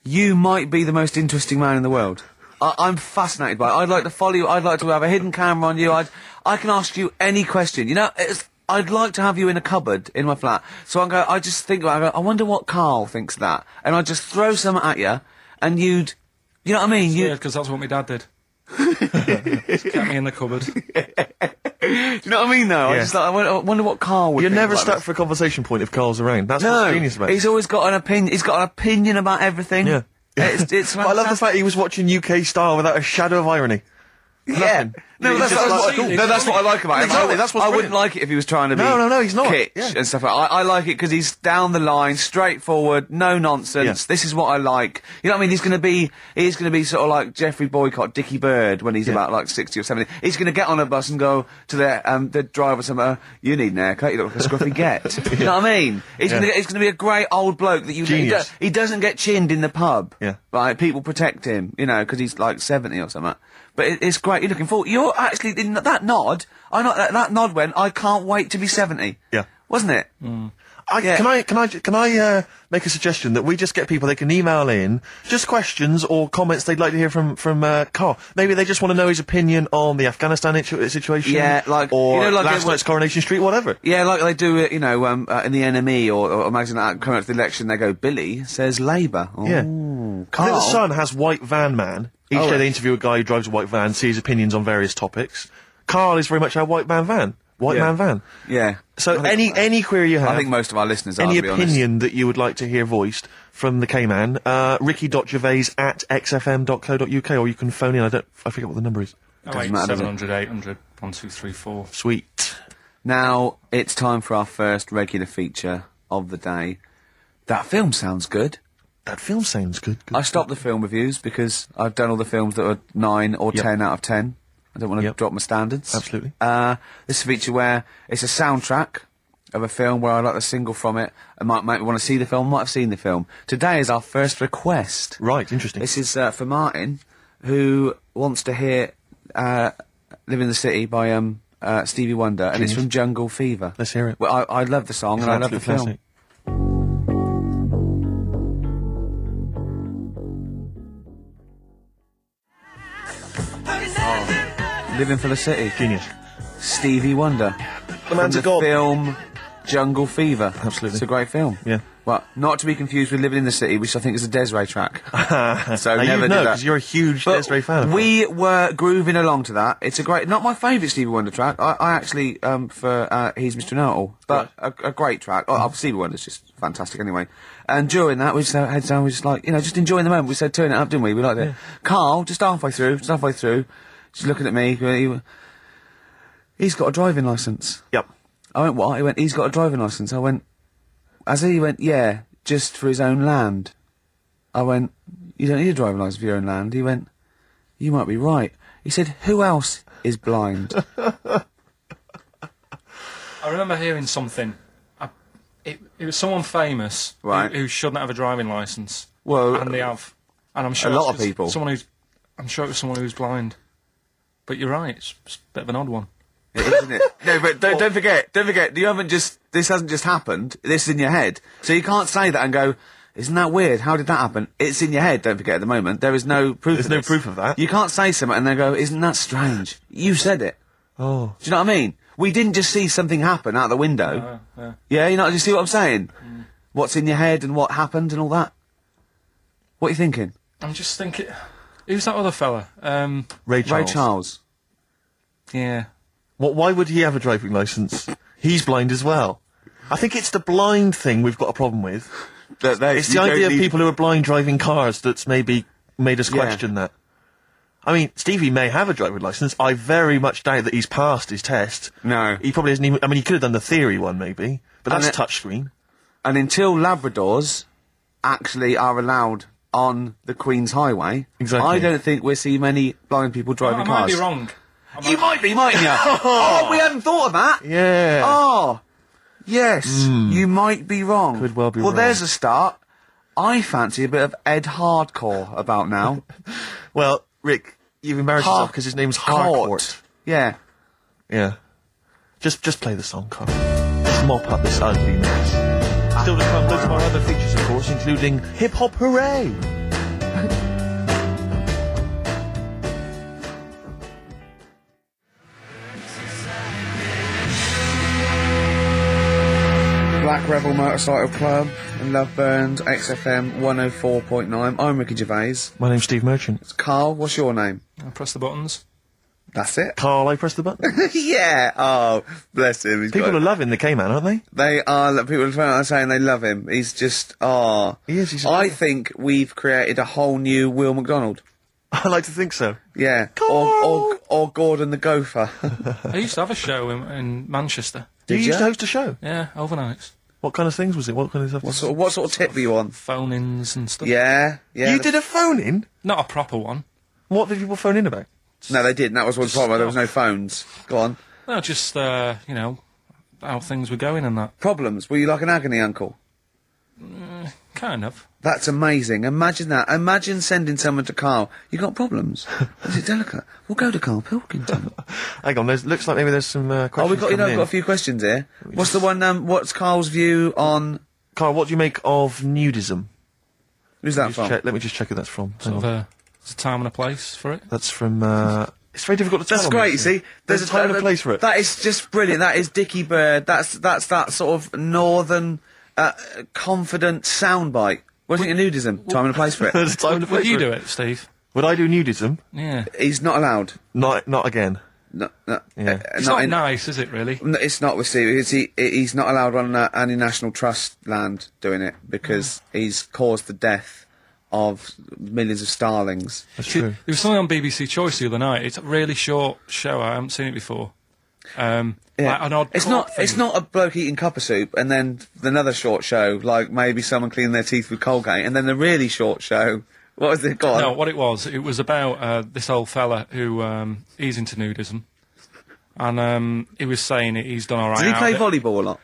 [SPEAKER 1] You might be the most interesting man in the world. I, I'm fascinated by it. I'd like to follow you. I'd like to have a hidden camera on you. I'd, I can ask you any question. You know, it's, I'd like to have you in a cupboard in my flat. So I go, I just think, about it, I go, I wonder what Carl thinks of that. And I just throw some at you, and you'd, you know what I mean? You,
[SPEAKER 3] Yeah, because that's what my dad did. Just kept me in the cupboard.
[SPEAKER 1] you know what I mean though? I
[SPEAKER 2] Yeah.
[SPEAKER 1] just like, I wonder, I wonder what Carl would
[SPEAKER 2] You're
[SPEAKER 1] think
[SPEAKER 2] never
[SPEAKER 1] about
[SPEAKER 2] stuck
[SPEAKER 1] this.
[SPEAKER 2] for a conversation point if Carl's around. That's
[SPEAKER 1] No.
[SPEAKER 2] what's genius about
[SPEAKER 1] he's
[SPEAKER 2] it.
[SPEAKER 1] always got an opinion. He's got an opinion about everything.
[SPEAKER 2] Yeah.
[SPEAKER 1] It's, it's
[SPEAKER 2] But I love the fact he was watching UK Style without a shadow of irony.
[SPEAKER 1] Yeah.
[SPEAKER 2] Nothing.
[SPEAKER 1] No,
[SPEAKER 2] It's
[SPEAKER 1] that's,
[SPEAKER 2] just
[SPEAKER 1] what I
[SPEAKER 2] like-
[SPEAKER 1] was-
[SPEAKER 2] cool.
[SPEAKER 1] no, that's what I like about him.
[SPEAKER 2] Exactly,
[SPEAKER 1] I,
[SPEAKER 2] that's what's
[SPEAKER 1] I wouldn't
[SPEAKER 2] brilliant.
[SPEAKER 1] like it if he was trying to be
[SPEAKER 2] No, no, no, he's not.
[SPEAKER 1] kitsch
[SPEAKER 2] Yeah.
[SPEAKER 1] and stuff. like I, I like it because he's down the line, straightforward, no nonsense.
[SPEAKER 2] Yeah.
[SPEAKER 1] This is what I like. You know what I mean? He's going to be he's going to be sort of like Jeffrey Boycott, Dickie Bird when he's about like sixty or seventy. He's going to get on a bus and go to the um, the driver somewhere. You need an haircut. You look like a scruffy get. You know what I mean? He's going to he's going to be a great old bloke that you he, do,
[SPEAKER 2] Genius.
[SPEAKER 1] he doesn't get chinned in the pub.
[SPEAKER 2] Yeah.
[SPEAKER 1] Right, people protect him, you know, because he's like 70 or something. But it, it's great. You're looking forward. You're actually in that nod. I not that, that nod went. I can't wait to be 70.
[SPEAKER 2] Yeah. Mm.
[SPEAKER 1] wasn't it?
[SPEAKER 2] I,
[SPEAKER 1] Yeah.
[SPEAKER 2] Can I can I can I uh, make a suggestion that we just get people they can email in just questions or comments they'd like to hear from from uh, Carl. Maybe they just want to know his opinion on the Afghanistan itu- situation.
[SPEAKER 1] Yeah, like-
[SPEAKER 2] or
[SPEAKER 1] you know, like
[SPEAKER 2] last
[SPEAKER 1] it wa-
[SPEAKER 2] night's Coronation Street, whatever.
[SPEAKER 1] Yeah, like they do, uh, you know, um, uh, in the enemy or, or a magazine like that, coming up to the election, they go, Billy says Labour. Oh,
[SPEAKER 2] Yeah. I
[SPEAKER 1] Carl.
[SPEAKER 2] think the Sun has White Van Man. Each
[SPEAKER 1] Oh,
[SPEAKER 2] day
[SPEAKER 1] right.
[SPEAKER 2] they interview a guy who drives a white van, see his opinions on various topics. Carl is very much our White Man Van. White Man Van.
[SPEAKER 1] Yeah.
[SPEAKER 2] So
[SPEAKER 1] I think-
[SPEAKER 2] any any query you have,
[SPEAKER 1] I think most of our listeners are,
[SPEAKER 2] any
[SPEAKER 1] to be honest.
[SPEAKER 2] opinion that you would like to hear voiced from the K-Man, uh, ricky.gervais at xfm.co.uk, or you can phone in. I don't, I forget what the number is.
[SPEAKER 3] Oh, wait,
[SPEAKER 1] matter, does it?
[SPEAKER 3] 700, 800, 1, 2, 3, 4.
[SPEAKER 2] Sweet.
[SPEAKER 1] Now it's time for our first regular feature of the day. That film sounds good.
[SPEAKER 2] That film sounds good. good.
[SPEAKER 1] I stopped the film reviews because I've done all the films that are nine or ten out of ten. I don't want to
[SPEAKER 2] Yep.
[SPEAKER 1] drop my standards.
[SPEAKER 2] Absolutely.
[SPEAKER 1] Uh, this is a feature where it's a soundtrack of a film where I like the single from it and might make me want to see the film, might have seen the film. Today is our first request.
[SPEAKER 2] Right, interesting.
[SPEAKER 1] This is uh, for Martin, who wants to hear uh, "Live in the City" by um, uh, Stevie Wonder, and it's from Jungle Fever.
[SPEAKER 2] Let's hear it.
[SPEAKER 1] Well, I, I love the song
[SPEAKER 2] It's
[SPEAKER 1] and I
[SPEAKER 2] an
[SPEAKER 1] love the film.
[SPEAKER 2] absolute classic.
[SPEAKER 1] Living for the City.
[SPEAKER 2] Genius.
[SPEAKER 1] Stevie Wonder.
[SPEAKER 2] The man's
[SPEAKER 1] from
[SPEAKER 2] a god.
[SPEAKER 1] film Jungle Fever.
[SPEAKER 2] Absolutely.
[SPEAKER 1] It's a great film.
[SPEAKER 2] Yeah.
[SPEAKER 1] Well, not to be confused with Living in the City, which I think is a Desiree track. so
[SPEAKER 2] Now
[SPEAKER 1] never
[SPEAKER 2] you
[SPEAKER 1] did
[SPEAKER 2] know,
[SPEAKER 1] that.
[SPEAKER 2] because you're a huge
[SPEAKER 1] But
[SPEAKER 2] Desiree fan.
[SPEAKER 1] We
[SPEAKER 2] apparently.
[SPEAKER 1] were grooving along to that. It's a great, not my favourite Stevie Wonder track. I, I actually, um, for uh, he's Mr. Nuttall, but a, a great track. Oh, Stevie Wonder's just fantastic anyway. And during that, we just uh, had heads down. We just like, you know, just enjoying the moment. We said, turn it up, didn't we? We liked it. Carl, just halfway through, just halfway through, just looking at me. He, he's got a driving licence.
[SPEAKER 2] Yep.
[SPEAKER 1] I went, what? He went, he's got a driving licence. I went, as he went, yeah, just for his own land. I went, you don't need a driving licence for your own land. He went, you might be right. He said, who else is blind?
[SPEAKER 3] I remember hearing something. I, it, it was someone famous who-
[SPEAKER 1] Right.
[SPEAKER 3] who, shouldn't have a driving license.
[SPEAKER 1] Well,
[SPEAKER 3] and they have, and I'm sure
[SPEAKER 1] lot
[SPEAKER 3] it's
[SPEAKER 1] of people.
[SPEAKER 3] Someone who's, I'm sure it was someone who's blind. But you're right. It's, it's a bit of an odd one.
[SPEAKER 1] It is, isn't it? No, but don't, don't forget, don't forget, you haven't just, this hasn't just happened, this is in your head. So you can't say that and go, isn't that weird? How did that happen? It's in your head, don't forget, at the moment. There is no proof
[SPEAKER 2] There's
[SPEAKER 1] of
[SPEAKER 2] no
[SPEAKER 1] this.
[SPEAKER 2] proof of that.
[SPEAKER 1] You can't say something and then go, isn't that strange? You said it.
[SPEAKER 2] Oh.
[SPEAKER 1] Do you know what I mean? We didn't just see something happen out the window.
[SPEAKER 3] Mm.
[SPEAKER 1] yeah, you know, do you see what I'm saying? What's in your head and what happened and all that?
[SPEAKER 5] What are you thinking?
[SPEAKER 3] I'm just thinking. Who's that other fella? Um,
[SPEAKER 2] Ray Charles.
[SPEAKER 5] Ray Charles.
[SPEAKER 3] yeah.
[SPEAKER 2] What, why would he have a driving license? He's blind as well. I think it's the blind thing we've got a problem with.
[SPEAKER 5] That, that,
[SPEAKER 2] It's the idea of people who are blind driving cars that's maybe made us
[SPEAKER 5] Yeah.
[SPEAKER 2] question that. I mean, Stevie may have a driving license. I very much doubt that he's passed his test.
[SPEAKER 5] No.
[SPEAKER 2] He probably hasn't even. I mean, he could have done the theory one maybe, but
[SPEAKER 5] And
[SPEAKER 2] that's
[SPEAKER 5] it-
[SPEAKER 2] touchscreen.
[SPEAKER 5] And until Labradors actually are allowed on the Queen's Highway,
[SPEAKER 2] Exactly.
[SPEAKER 5] I don't think we see many blind people driving
[SPEAKER 3] I might
[SPEAKER 5] cars.
[SPEAKER 3] be wrong.
[SPEAKER 5] You might be, mightn't you? oh, we hadn't thought of that.
[SPEAKER 2] Yeah. Hmm.
[SPEAKER 5] Oh, yes, you might be wrong.
[SPEAKER 2] Could well be
[SPEAKER 5] Well,
[SPEAKER 2] wrong.
[SPEAKER 5] there's a start. I fancy a bit of Ed Hardcore about now.
[SPEAKER 2] Well, Rick, you've embarrassed yourself because his name's Harcourt.
[SPEAKER 5] Yeah.
[SPEAKER 2] Yeah. Just just play the song, Carl. Mop up this ugly mess. Still to come, loads of our other features, of course, including Hip Hop Hooray!
[SPEAKER 1] Black Rebel Motorcycle Club and Love Burns, XFM 104.9. I'm Ricky Gervais.
[SPEAKER 2] My name's Steve Merchant.
[SPEAKER 1] Carl, what's your name?
[SPEAKER 3] I press the buttons.
[SPEAKER 1] That's it.
[SPEAKER 2] Carl, I press the button.
[SPEAKER 1] yeah. Oh, bless him. He's got
[SPEAKER 2] People
[SPEAKER 1] it.
[SPEAKER 2] are loving the K-Man, aren't they?
[SPEAKER 1] They are lo- people are saying they love him. He's just ah.
[SPEAKER 2] He is, he's a-
[SPEAKER 1] I think we've created a whole new Will McDonald.
[SPEAKER 2] I like to think so.
[SPEAKER 1] Yeah. Or, or or Gordon the Gopher.
[SPEAKER 3] I used to have a show in, in Manchester.
[SPEAKER 2] you,
[SPEAKER 1] Did ya?
[SPEAKER 2] used to host a show.
[SPEAKER 3] Yeah, overnights.
[SPEAKER 2] What kind of things was it? What kind of stuff?
[SPEAKER 1] what sort of, what sort of tip were you on?
[SPEAKER 3] Phone-ins and stuff.
[SPEAKER 1] Yeah. Yeah.
[SPEAKER 2] you
[SPEAKER 1] the-
[SPEAKER 2] did a phone in?
[SPEAKER 3] Not a proper one.
[SPEAKER 2] What did people phone in about?
[SPEAKER 1] No, they didn't. That was one problem. There was no phones. Go on.
[SPEAKER 3] No, just, uh, you know, how things were going and that.
[SPEAKER 1] Problems. Were you like an agony uncle?
[SPEAKER 3] Kind of.
[SPEAKER 1] That's amazing. Imagine that. Imagine sending someone to Carl. You got problems? Is it delicate? We'll go to Carl Pilkington.
[SPEAKER 2] Hang on, there's, looks like maybe there's some uh,
[SPEAKER 1] oh,
[SPEAKER 2] questions.
[SPEAKER 1] we got you know we've
[SPEAKER 2] coming
[SPEAKER 1] got a
[SPEAKER 2] in.
[SPEAKER 1] few questions here. What's the one? Um, what's Carl's view on?
[SPEAKER 2] Carl, what do you make of nudism?
[SPEAKER 1] Who's that
[SPEAKER 2] Just
[SPEAKER 1] from?
[SPEAKER 2] check- let me just check who that's from. Hang
[SPEAKER 3] Sort of
[SPEAKER 2] on.
[SPEAKER 3] a, there's a time and a place for it.
[SPEAKER 2] That's from. Uh, it's very difficult to tell.
[SPEAKER 1] That's
[SPEAKER 2] on
[SPEAKER 1] great. You
[SPEAKER 2] these
[SPEAKER 1] see,
[SPEAKER 2] things. there's a time and a place for it.
[SPEAKER 1] That is just brilliant. That is Dickie Bird. That's that's that sort of northern, uh, confident soundbite. What do you think of nudism? Time and a place for it.
[SPEAKER 2] there's a time and a place
[SPEAKER 3] Would you
[SPEAKER 2] for it.
[SPEAKER 3] do it, Steve?
[SPEAKER 2] Would I do nudism?
[SPEAKER 3] Yeah.
[SPEAKER 1] He's not allowed.
[SPEAKER 2] Not, not again.
[SPEAKER 1] No, no,
[SPEAKER 2] Yeah.
[SPEAKER 1] uh,
[SPEAKER 3] It's
[SPEAKER 1] not
[SPEAKER 3] not
[SPEAKER 1] in-
[SPEAKER 3] nice, is it, really?
[SPEAKER 1] No, it's not with Steve. It's, he, he's not allowed on uh, any National Trust land doing it because
[SPEAKER 2] Mm.
[SPEAKER 1] he's caused the death of millions of starlings.
[SPEAKER 2] That's
[SPEAKER 3] See,
[SPEAKER 2] true.
[SPEAKER 3] There was something on BBC Choice the other night. It's a really short show. I haven't seen it before. Um, like an odd.
[SPEAKER 1] it's
[SPEAKER 3] court
[SPEAKER 1] not.
[SPEAKER 3] thing.
[SPEAKER 1] It's not a bloke eating cuppa soup and then another short show like maybe someone cleaning their teeth with Colgate and then the really short show. What was it called?
[SPEAKER 3] No, what it was, it was about uh, this old fella who um, he's into nudism, and um, he was saying that he's done all right.
[SPEAKER 1] Did he
[SPEAKER 3] out
[SPEAKER 1] play
[SPEAKER 3] of it.
[SPEAKER 1] volleyball a lot?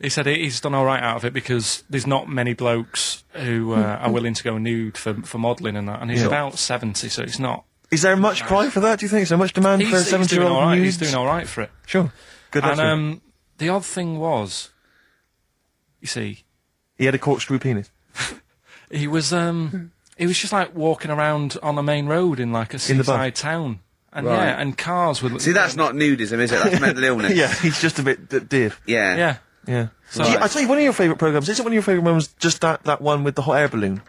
[SPEAKER 3] He said he- he's done all right out of it because there's not many blokes who uh, are willing to go nude for for modelling and that. And he's
[SPEAKER 2] Yeah.
[SPEAKER 3] about seventy, so it's not.
[SPEAKER 2] Is there much cry for that? Do you think? Is there much demand
[SPEAKER 3] He's,
[SPEAKER 2] for
[SPEAKER 3] he's doing
[SPEAKER 2] seventy-year-old
[SPEAKER 3] all right. He's
[SPEAKER 2] nudes?
[SPEAKER 3] doing all right for it.
[SPEAKER 2] Sure. Good.
[SPEAKER 3] And
[SPEAKER 2] luck to him.
[SPEAKER 3] um, the odd thing was, you see,
[SPEAKER 2] he had a corkscrew penis.
[SPEAKER 3] he was um, he was just like walking around on the main road in like a
[SPEAKER 2] In the bun.
[SPEAKER 3] seaside town, and
[SPEAKER 1] Right.
[SPEAKER 3] yeah, and cars were.
[SPEAKER 1] See, that's not nudism, is it? That's mental illness.
[SPEAKER 2] Yeah, he's just a bit d- dear.
[SPEAKER 1] Yeah.
[SPEAKER 3] Yeah.
[SPEAKER 2] Yeah.
[SPEAKER 3] So-
[SPEAKER 2] Do you- I tell you, one of your favourite programmes isn't one of your favourite programs just that that one with the hot air balloon,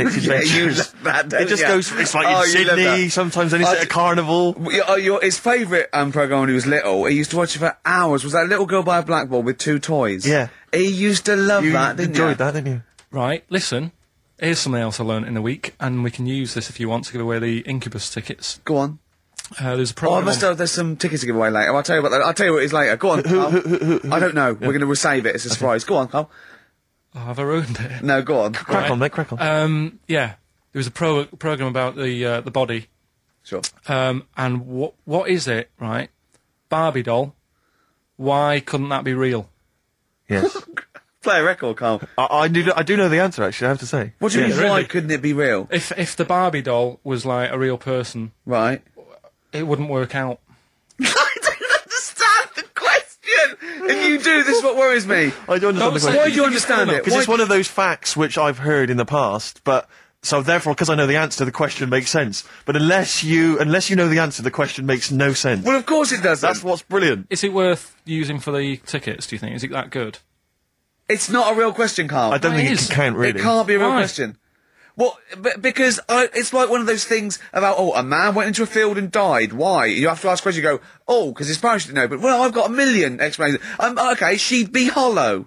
[SPEAKER 2] it's
[SPEAKER 1] Yeah, you
[SPEAKER 2] adventures.
[SPEAKER 1] love that, don't
[SPEAKER 2] it just
[SPEAKER 1] ya?
[SPEAKER 2] goes. It's like
[SPEAKER 1] Oh,
[SPEAKER 2] in
[SPEAKER 1] you love
[SPEAKER 2] Sydney.
[SPEAKER 1] that.
[SPEAKER 2] Sometimes then it's
[SPEAKER 1] I-
[SPEAKER 2] at a carnival.
[SPEAKER 1] Well, Your, your, his favourite um, programme when he was little, he used to watch it for hours, was that Little Girl by a Blackboard with two toys.
[SPEAKER 2] Yeah.
[SPEAKER 1] He used to love
[SPEAKER 2] You
[SPEAKER 1] that, didn't
[SPEAKER 2] enjoyed
[SPEAKER 1] you?
[SPEAKER 2] that, didn't you?
[SPEAKER 3] Right, listen. Here's something else I learned in the week, and we can use this if you want to give away the Incubus tickets.
[SPEAKER 1] Go on.
[SPEAKER 3] Uh, there's
[SPEAKER 1] Oh,
[SPEAKER 3] a
[SPEAKER 1] I
[SPEAKER 3] program.
[SPEAKER 1] must have, there's some tickets to give away later. I'll tell you about that. I'll tell you what it is later. Go on. Carl. I don't know. We're going to save it. It's a surprise. Go on, Carl.
[SPEAKER 3] on- oh, have I ruined it?
[SPEAKER 1] No, go on.
[SPEAKER 2] Crack
[SPEAKER 3] Right.
[SPEAKER 2] on, mate. Crack on.
[SPEAKER 1] Uh,
[SPEAKER 3] Um, yeah, there was a pro- program about the uh, the body,
[SPEAKER 1] Sure.
[SPEAKER 3] um, and what what is it? Right, Barbie doll. Why couldn't that be real?
[SPEAKER 2] yes.
[SPEAKER 1] Play a record, Carl.
[SPEAKER 2] I, I do. I do know the answer. Actually, I have to say.
[SPEAKER 1] What do you mean,
[SPEAKER 3] really.
[SPEAKER 1] why couldn't it be real?
[SPEAKER 3] If if the Barbie doll was like a real person,
[SPEAKER 1] Right.
[SPEAKER 3] it wouldn't work out.
[SPEAKER 1] I don't understand the question! If you do, this is what worries me.
[SPEAKER 2] I don't understand the
[SPEAKER 3] say-
[SPEAKER 2] question.
[SPEAKER 1] Why do you understand it?
[SPEAKER 2] Because
[SPEAKER 1] Why
[SPEAKER 2] it's one of those facts which I've heard in the past, but so therefore, because I know the answer, the question makes sense. But unless you unless you know the answer, the question makes no sense.
[SPEAKER 1] Well, of course it doesn't.
[SPEAKER 2] That's what's brilliant.
[SPEAKER 3] Is it worth using for the tickets? Do you think? Is it that good?
[SPEAKER 1] It's not a real question, Carl.
[SPEAKER 2] I don't
[SPEAKER 3] Well,
[SPEAKER 2] think
[SPEAKER 3] it
[SPEAKER 2] it,
[SPEAKER 3] is.
[SPEAKER 2] can count really.
[SPEAKER 1] It can't be a real
[SPEAKER 3] Why?
[SPEAKER 1] question. Well, but because I, it's like one of those things about oh, a man went into a field and died. Why? You have to ask questions. You go oh, because his parents didn't know. But well, I've got a million explanations. Um, okay, she'd be hollow.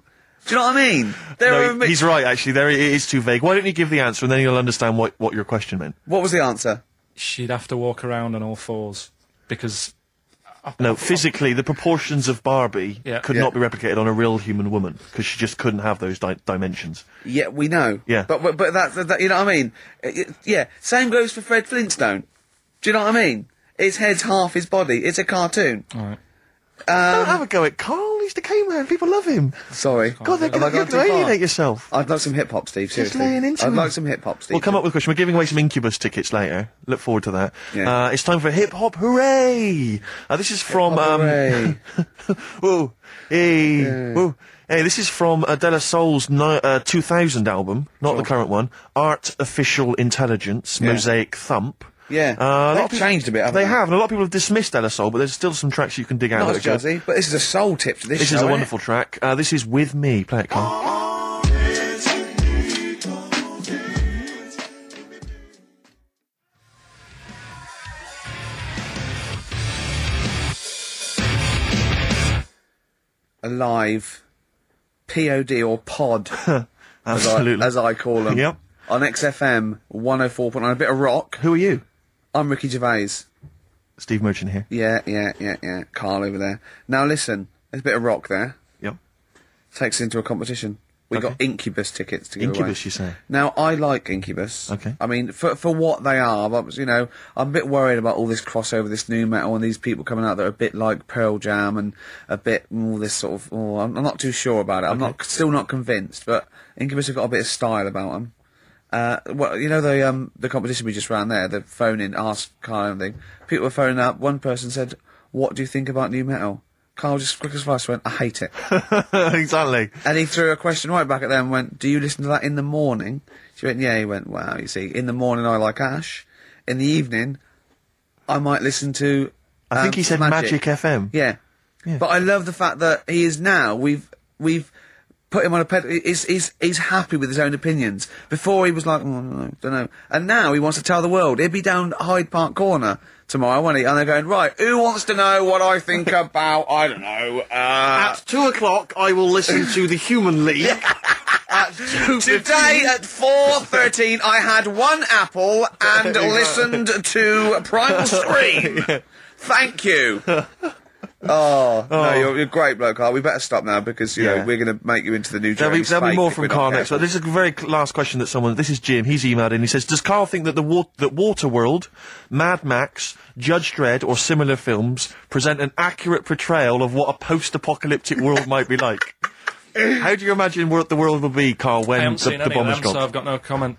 [SPEAKER 1] Do you know what I mean? There
[SPEAKER 2] No,
[SPEAKER 1] are a
[SPEAKER 2] he-
[SPEAKER 1] mi-
[SPEAKER 2] he's right, actually. There, it is too vague. Why don't you give the answer and then you'll understand what, what your question meant?
[SPEAKER 1] What was the answer?
[SPEAKER 3] She'd have to walk around on all fours because
[SPEAKER 2] No, physically, the proportions of Barbie
[SPEAKER 3] Yeah.
[SPEAKER 2] could
[SPEAKER 1] Yeah.
[SPEAKER 2] not be replicated on a real human woman because she just couldn't have those di- dimensions.
[SPEAKER 1] Yeah, we know.
[SPEAKER 2] Yeah.
[SPEAKER 1] But but, but that, that- that you know what I mean? It- it- yeah. Same goes for Fred Flintstone. Do you know what I mean? His head's half his body. It's a cartoon.
[SPEAKER 3] all right.
[SPEAKER 2] Don't have a go at Carl. He's the K-man. People love him.
[SPEAKER 1] Sorry.
[SPEAKER 2] God, they're
[SPEAKER 1] Have I
[SPEAKER 2] gonna, you're
[SPEAKER 1] gone
[SPEAKER 2] going
[SPEAKER 1] too
[SPEAKER 2] to
[SPEAKER 1] far?
[SPEAKER 2] alienate yourself.
[SPEAKER 1] I'd like some hip hop, Steve. Seriously,
[SPEAKER 2] laying into
[SPEAKER 1] I'd
[SPEAKER 2] him.
[SPEAKER 1] like some hip hop, Steve.
[SPEAKER 2] We'll come up with a question. We're giving away some Incubus tickets later. Look forward to that.
[SPEAKER 1] Yeah.
[SPEAKER 2] Uh, it's time for hip hop hooray! Uh, this is from um,
[SPEAKER 1] Hooray.
[SPEAKER 2] whoa, hey, whoa. Hey, this is from uh, De La Soul's ni- uh, 2000 album, not the current one. Art Official Intelligence, Mosaic Thump.
[SPEAKER 1] Yeah.
[SPEAKER 2] Uh, a lot
[SPEAKER 1] They've
[SPEAKER 2] of peop-
[SPEAKER 1] changed a bit, haven't they?
[SPEAKER 2] have, and a lot of people have dismissed De La Soul, but there's still some tracks you can dig out.
[SPEAKER 1] Not
[SPEAKER 2] that
[SPEAKER 1] as
[SPEAKER 2] are good.
[SPEAKER 1] jazzy, but this is a soul tip to this.
[SPEAKER 2] This
[SPEAKER 1] show,
[SPEAKER 2] is a
[SPEAKER 1] innit?
[SPEAKER 2] wonderful track. Uh, this is With Me. Play it, Carl.
[SPEAKER 1] alive, POD or pod, as, I,
[SPEAKER 2] Absolutely.
[SPEAKER 1] as I call them.
[SPEAKER 2] Yep.
[SPEAKER 1] On XFM 104.9, a bit of rock.
[SPEAKER 2] Who are you?
[SPEAKER 1] I'm Ricky Gervais.
[SPEAKER 2] Steve Merchant here.
[SPEAKER 1] Yeah, yeah, yeah, yeah. Carl over there. Now listen, there's a bit of rock there.
[SPEAKER 2] Yep.
[SPEAKER 1] Takes us into a competition. We got
[SPEAKER 2] Okay.
[SPEAKER 1] Incubus tickets to give away.
[SPEAKER 2] Incubus, you say?
[SPEAKER 1] Now I like Incubus.
[SPEAKER 2] Okay.
[SPEAKER 1] I mean, for for what they are, but you know, I'm a bit worried about all this crossover, this new metal, and these people coming out that are a bit like Pearl Jam and a bit more this sort of. Oh, I'm, I'm not too sure about it. I'm not still not convinced, but Incubus have got a bit of style about them. Uh, well, you know the um the competition we just ran there, the phone in ask Carl and thing. People were phoning up. One person said, "What do you think about new metal?" Carl just quick as flash went, "I hate it."
[SPEAKER 2] exactly.
[SPEAKER 1] And he threw a question right back at them and went, Do you listen to that in the morning? She went, Yeah. He went, Wow, you see, in the morning I like Ash. In the evening, I might listen to.
[SPEAKER 2] I think
[SPEAKER 1] um,
[SPEAKER 2] he said Magic, FM.
[SPEAKER 1] Yeah. But I love the fact that he is now, we've, we've put him on a pedestal. He's, he's, he's happy with his own opinions. Before he was like, "Mm, I don't know, don't know. And now he wants to tell the world. He'd be down Hyde Park Corner tomorrow, won't he? And they're going, Right, who wants to know what I think about, I don't know, uh.
[SPEAKER 6] At two o'clock, I will listen to the Human League.
[SPEAKER 1] Today at 4.13, I had one apple and listened to Primal Scream. Thank you. Oh, no, you're, you're a great bloke, Carl. We better stop now because, you know,
[SPEAKER 2] Oh. Yeah.
[SPEAKER 1] we're going to make you into the new
[SPEAKER 2] There'll
[SPEAKER 1] Jeremy
[SPEAKER 2] be, there'll be
[SPEAKER 1] Spake
[SPEAKER 2] more
[SPEAKER 1] if
[SPEAKER 2] from
[SPEAKER 1] we're not
[SPEAKER 2] Carl next.
[SPEAKER 1] careful.
[SPEAKER 2] But this is the very cl- last question that someone. This is Jim. He's emailed in. He says, "Does Carl think that the wa- that Waterworld, Mad Max, Judge Dredd, or similar films present an accurate portrayal of what a post-apocalyptic world might be like? How do you imagine what the world will be, Carl,
[SPEAKER 3] I
[SPEAKER 2] when
[SPEAKER 3] haven't
[SPEAKER 2] the,
[SPEAKER 3] seen
[SPEAKER 2] the
[SPEAKER 3] any of
[SPEAKER 2] bomb is
[SPEAKER 3] them, so
[SPEAKER 2] dropped?
[SPEAKER 3] I've got no comment.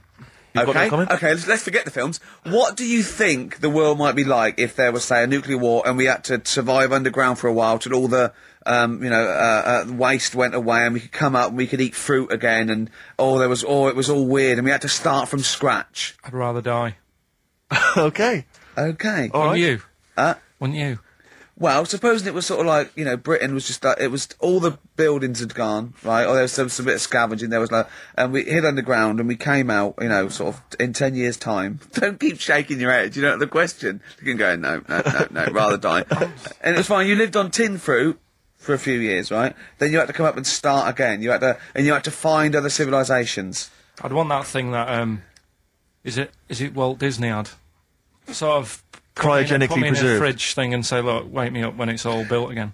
[SPEAKER 2] You've got no
[SPEAKER 1] Okay,
[SPEAKER 2] comment?
[SPEAKER 1] okay. Let's, let's forget the films. What do you think the world might be like if there was, say, a nuclear war and we had to survive underground for a while till all the, um, you know, uh, uh, waste went away and we could come up and we could eat fruit again and oh, there was, oh, it was all weird and we had to start from scratch.
[SPEAKER 3] I'd rather die.
[SPEAKER 2] okay.
[SPEAKER 1] Okay.
[SPEAKER 2] All right.
[SPEAKER 3] Wouldn't you? Wouldn't you?
[SPEAKER 1] Well, supposing it was sort of like you know Britain was just like it was all the buildings had gone right, or there was some, some bit of scavenging. There was like, and we hid underground and we came out, you know, sort of in ten years' time. Don't keep shaking your head. You don't have the question. You can go no, no, no, no, rather die. and it was fine. You lived on tin fruit for a few years, right? Then you had to come up and start again. You had to and you had to find other civilizations.
[SPEAKER 3] I'd want that thing that um, is it is it Walt Disney had sort of put me in a-
[SPEAKER 2] Cryogenically
[SPEAKER 3] put me in a
[SPEAKER 2] preserved.
[SPEAKER 3] fridge thing and say, look, wake me up when it's all built again.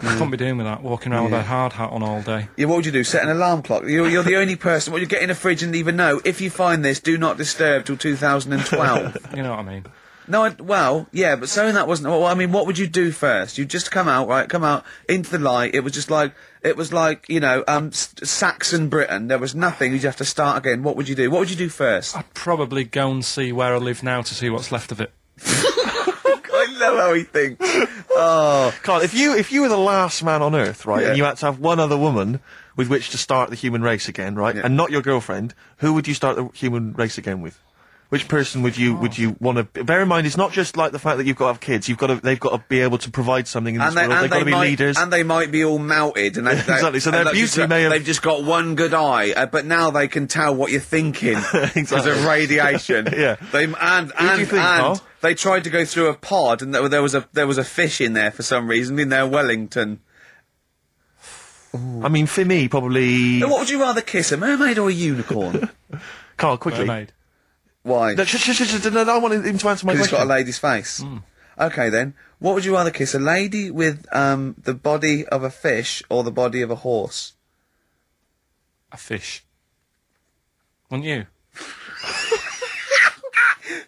[SPEAKER 3] I couldn't be doing with that. Walking around with a hard hat on all day.
[SPEAKER 1] Yeah, what would you do? Set an alarm clock. You're, you're the only person. Well, you get in a fridge and even know if you find this, do not disturb till 2012.
[SPEAKER 3] You know what I mean?
[SPEAKER 1] No, I, well, yeah, but saying that wasn't. Well, I mean, what would you do first? You just come out, right? Come out into the light. It was just like it was like you know, um, S- Saxon Britain. There was nothing. You'd have to start again. What would you do? What would you do first?
[SPEAKER 3] I'd probably go and see where I live now to see what's left of it.
[SPEAKER 1] I love how he thinks. Oh,
[SPEAKER 2] Carl, if you if you were the last man on Earth, right,
[SPEAKER 1] Yeah.
[SPEAKER 2] and you had to have one other woman with which to start the human race again, right, and not your girlfriend, who would you start the human race again with? Which person would you would you want to? Bear in mind, it's not just like the fact that you've got to have kids. You've got to they've got to be able to provide something in this
[SPEAKER 1] And they,
[SPEAKER 2] world.
[SPEAKER 1] and
[SPEAKER 2] they've got
[SPEAKER 1] they
[SPEAKER 2] to be
[SPEAKER 1] might,
[SPEAKER 2] leaders.
[SPEAKER 1] and they might be all mounted, and they, they,
[SPEAKER 2] Exactly, so
[SPEAKER 1] and
[SPEAKER 2] their
[SPEAKER 1] they've just
[SPEAKER 2] beauty
[SPEAKER 1] got-
[SPEAKER 2] may have-
[SPEAKER 1] they've just got one good eye, uh, but now they can tell what you're thinking because
[SPEAKER 2] Exactly.
[SPEAKER 1] of radiation.
[SPEAKER 2] Yeah.
[SPEAKER 1] they and and
[SPEAKER 2] do you
[SPEAKER 1] and,
[SPEAKER 2] think, Carl?
[SPEAKER 1] they tried to go through a pod, and there there was a there was a fish in there for some reason in their Wellington.
[SPEAKER 2] I mean, for me, probably
[SPEAKER 1] Now, What would you rather kiss, a mermaid or a unicorn?
[SPEAKER 2] Carl. Quickly,
[SPEAKER 3] Mermaid.
[SPEAKER 1] Why?
[SPEAKER 2] No, sh- sh- sh- sh- no, no, I want him to answer my
[SPEAKER 1] Because it's got
[SPEAKER 2] question.
[SPEAKER 1] a lady's face. Okay, then. What would you rather kiss? A lady with um, the body of a fish or the body of a horse?
[SPEAKER 3] A fish. Wouldn't you?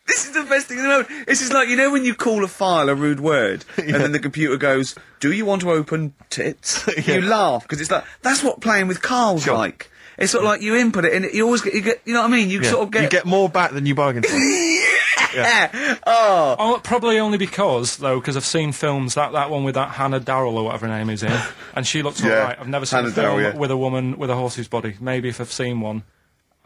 [SPEAKER 1] This is the best thing in the world. This is like, you know, when you call a file a rude word and then the computer goes, Do you want to open tits? You laugh because it's like, that's what playing with Carl's like. It's sort of like you input it and it, you always get, you get, you know what I mean? You
[SPEAKER 2] Yeah.
[SPEAKER 1] sort of get.
[SPEAKER 2] you get more back than you bargained for.
[SPEAKER 1] oh,
[SPEAKER 3] Oh, probably only because though, because I've seen films that that one with that Hannah Darrell or whatever her name is in, and she looks
[SPEAKER 1] Yeah.
[SPEAKER 3] alright. I've never seen
[SPEAKER 1] Hannah
[SPEAKER 3] a film
[SPEAKER 1] Darrell, yeah.
[SPEAKER 3] with a woman with a horse's body. Maybe if I've seen one,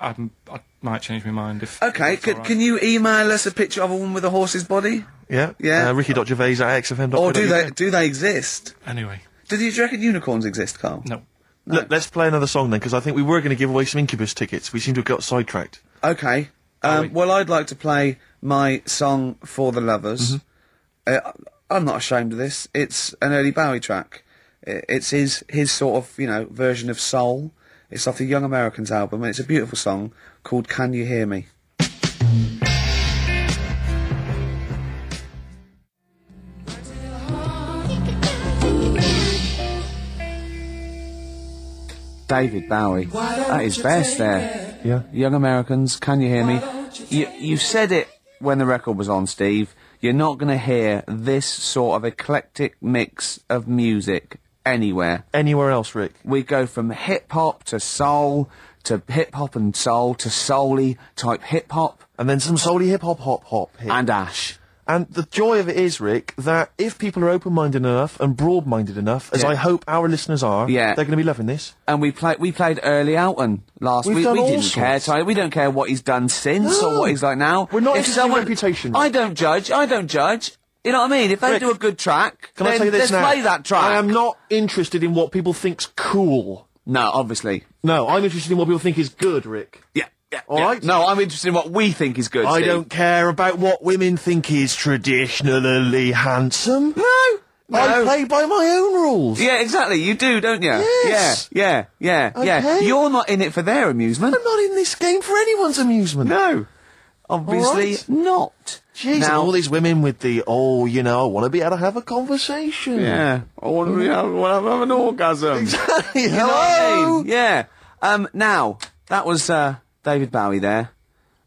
[SPEAKER 3] I'd, I might change my mind. If
[SPEAKER 1] okay.
[SPEAKER 3] it's
[SPEAKER 1] c-
[SPEAKER 3] alright.
[SPEAKER 1] Can you email us a picture of a woman with a horse's body?
[SPEAKER 2] yeah,
[SPEAKER 1] Yeah.
[SPEAKER 2] Uh, Ricky.Gervais at xfm.
[SPEAKER 1] Or do they, do they exist?
[SPEAKER 3] anyway?
[SPEAKER 1] Do you do you reckon unicorns exist, Carl?
[SPEAKER 3] No,
[SPEAKER 2] Look, let's play another song then, because I think we were going to give away some Incubus tickets. We seem to have got sidetracked.
[SPEAKER 1] Okay. Um, well, I'd like to play my song for the lovers. Uh, I'm not ashamed of this. It's an early Bowie track. I- It's his his sort of you know version of soul. It's off the Young Americans album, and it's a beautiful song called "Can You Hear Me." David Bowie at his best there. Yeah. Young Americans, can you hear me? You, you said it when the record was on, Steve. You're not going to hear this sort of eclectic mix of music anywhere.
[SPEAKER 2] Anywhere else, Rick?
[SPEAKER 1] We go from hip hop to soul to hip hop and soul to souly type hip hop
[SPEAKER 2] And then some solely hip hop, hop, hop, hip.
[SPEAKER 1] and ash.
[SPEAKER 2] And the joy of it is, Rick, that if people are open-minded enough and broad-minded enough, as I hope our listeners are,
[SPEAKER 1] Yeah.
[SPEAKER 2] they're going to be loving this.
[SPEAKER 1] And we played we played early Elton last
[SPEAKER 2] We've
[SPEAKER 1] week.
[SPEAKER 2] done
[SPEAKER 1] we
[SPEAKER 2] all
[SPEAKER 1] didn't
[SPEAKER 2] sorts.
[SPEAKER 1] care. So we don't care what he's done since or
[SPEAKER 2] No.
[SPEAKER 1] what he's like now.
[SPEAKER 2] We're not
[SPEAKER 1] If
[SPEAKER 2] interested in reputation.
[SPEAKER 1] I don't judge. I don't judge. You know what I mean? If they
[SPEAKER 2] Rick,
[SPEAKER 1] do a good track,
[SPEAKER 2] Can
[SPEAKER 1] then
[SPEAKER 2] I say this
[SPEAKER 1] let's
[SPEAKER 2] now?
[SPEAKER 1] play that track.
[SPEAKER 2] I am not interested in what people think's cool.
[SPEAKER 1] No, obviously.
[SPEAKER 2] No, I'm interested in what people think is good, Rick.
[SPEAKER 1] Yeah. Yeah.
[SPEAKER 2] All
[SPEAKER 1] yeah.
[SPEAKER 2] right.
[SPEAKER 1] No, I'm interested in what we think is good.
[SPEAKER 2] I
[SPEAKER 1] Steve.
[SPEAKER 2] don't care about what women think is traditionally handsome.
[SPEAKER 1] No.
[SPEAKER 2] I
[SPEAKER 1] No.
[SPEAKER 2] play by my own rules.
[SPEAKER 1] Yeah, exactly. You do, don't you?
[SPEAKER 2] Yes.
[SPEAKER 1] Yeah. Yeah. Yeah. Yeah.
[SPEAKER 2] Okay.
[SPEAKER 1] You're not in it for their amusement.
[SPEAKER 2] I'm not in this game for anyone's amusement.
[SPEAKER 1] No. Obviously
[SPEAKER 2] right.
[SPEAKER 1] not.
[SPEAKER 2] Jeez,
[SPEAKER 1] now,
[SPEAKER 2] all these women with the, oh, you know, I want to be able to have a conversation.
[SPEAKER 1] Yeah. I want to have, wanna have an orgasm.
[SPEAKER 2] Hello?
[SPEAKER 1] You know what I mean? Yeah. Um, now that was uh, David Bowie there.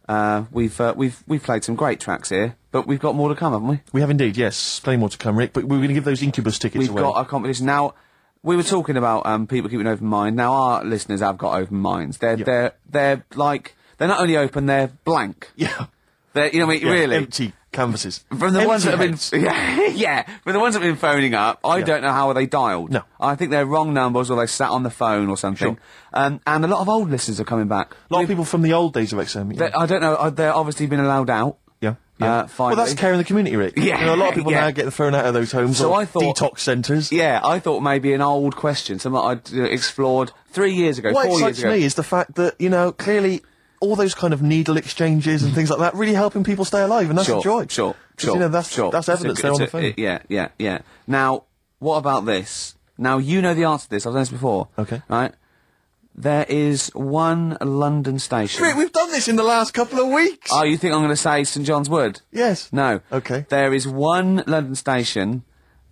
[SPEAKER 1] Uh, we've uh, we've we've played some great tracks here, but we've got more to come, haven't we?
[SPEAKER 2] We have indeed, yes. Plenty more to come, Rick, but we're going to give those Incubus tickets
[SPEAKER 1] We've
[SPEAKER 2] away.
[SPEAKER 1] got a competition now. We were talking about um, people keeping an open mind. Now our listeners have got open minds. They're they're they're like they're not only open, they're blank.
[SPEAKER 2] yeah.
[SPEAKER 1] They're you know what I mean,
[SPEAKER 2] Yeah,
[SPEAKER 1] really
[SPEAKER 2] Empty canvases.
[SPEAKER 1] From the
[SPEAKER 2] Empty
[SPEAKER 1] ones that
[SPEAKER 2] heads.
[SPEAKER 1] have been, yeah, yeah, from the ones that have been phoning up, I don't know how they dialed.
[SPEAKER 2] No.
[SPEAKER 1] I think they're wrong numbers, or they sat on the phone or something.
[SPEAKER 2] Sure.
[SPEAKER 1] Um, and a lot of old listeners are coming back.
[SPEAKER 2] A lot of people from the old days of XM. Yeah.
[SPEAKER 1] They- I don't know. uh, They're obviously been allowed out.
[SPEAKER 2] yeah. yeah.
[SPEAKER 1] Uh, finally.
[SPEAKER 2] well, that's caring the community, Rick.
[SPEAKER 1] Yeah,
[SPEAKER 2] You know, a lot of people
[SPEAKER 1] yeah.
[SPEAKER 2] now getting thrown out of those homes
[SPEAKER 1] So
[SPEAKER 2] or
[SPEAKER 1] I thought-
[SPEAKER 2] detox centres.
[SPEAKER 1] Yeah, I thought maybe an old question, something I'd uh, explored three years ago,
[SPEAKER 2] What
[SPEAKER 1] four years
[SPEAKER 2] excites
[SPEAKER 1] ago.
[SPEAKER 2] me is the fact that, you know, clearly all those kind of needle exchanges and things like that really helping people stay alive, and that's
[SPEAKER 1] sure,
[SPEAKER 2] the joy.
[SPEAKER 1] Sure,
[SPEAKER 2] 'Cause,
[SPEAKER 1] sure,
[SPEAKER 2] You know, that's,
[SPEAKER 1] sure.
[SPEAKER 2] that's
[SPEAKER 1] It's a
[SPEAKER 2] evidence
[SPEAKER 1] g-
[SPEAKER 2] there on
[SPEAKER 1] it's
[SPEAKER 2] the
[SPEAKER 1] a-
[SPEAKER 2] phone.
[SPEAKER 1] it- yeah, yeah, yeah. Now, what about this? Now you know the answer to this. I've done this before.
[SPEAKER 2] Okay.
[SPEAKER 1] Right. There is one London station.
[SPEAKER 2] Rick, we've done this in the last couple of weeks.
[SPEAKER 1] Oh, you think I'm going to say St John's Wood?
[SPEAKER 2] yes.
[SPEAKER 1] No.
[SPEAKER 2] Okay.
[SPEAKER 1] There is one London station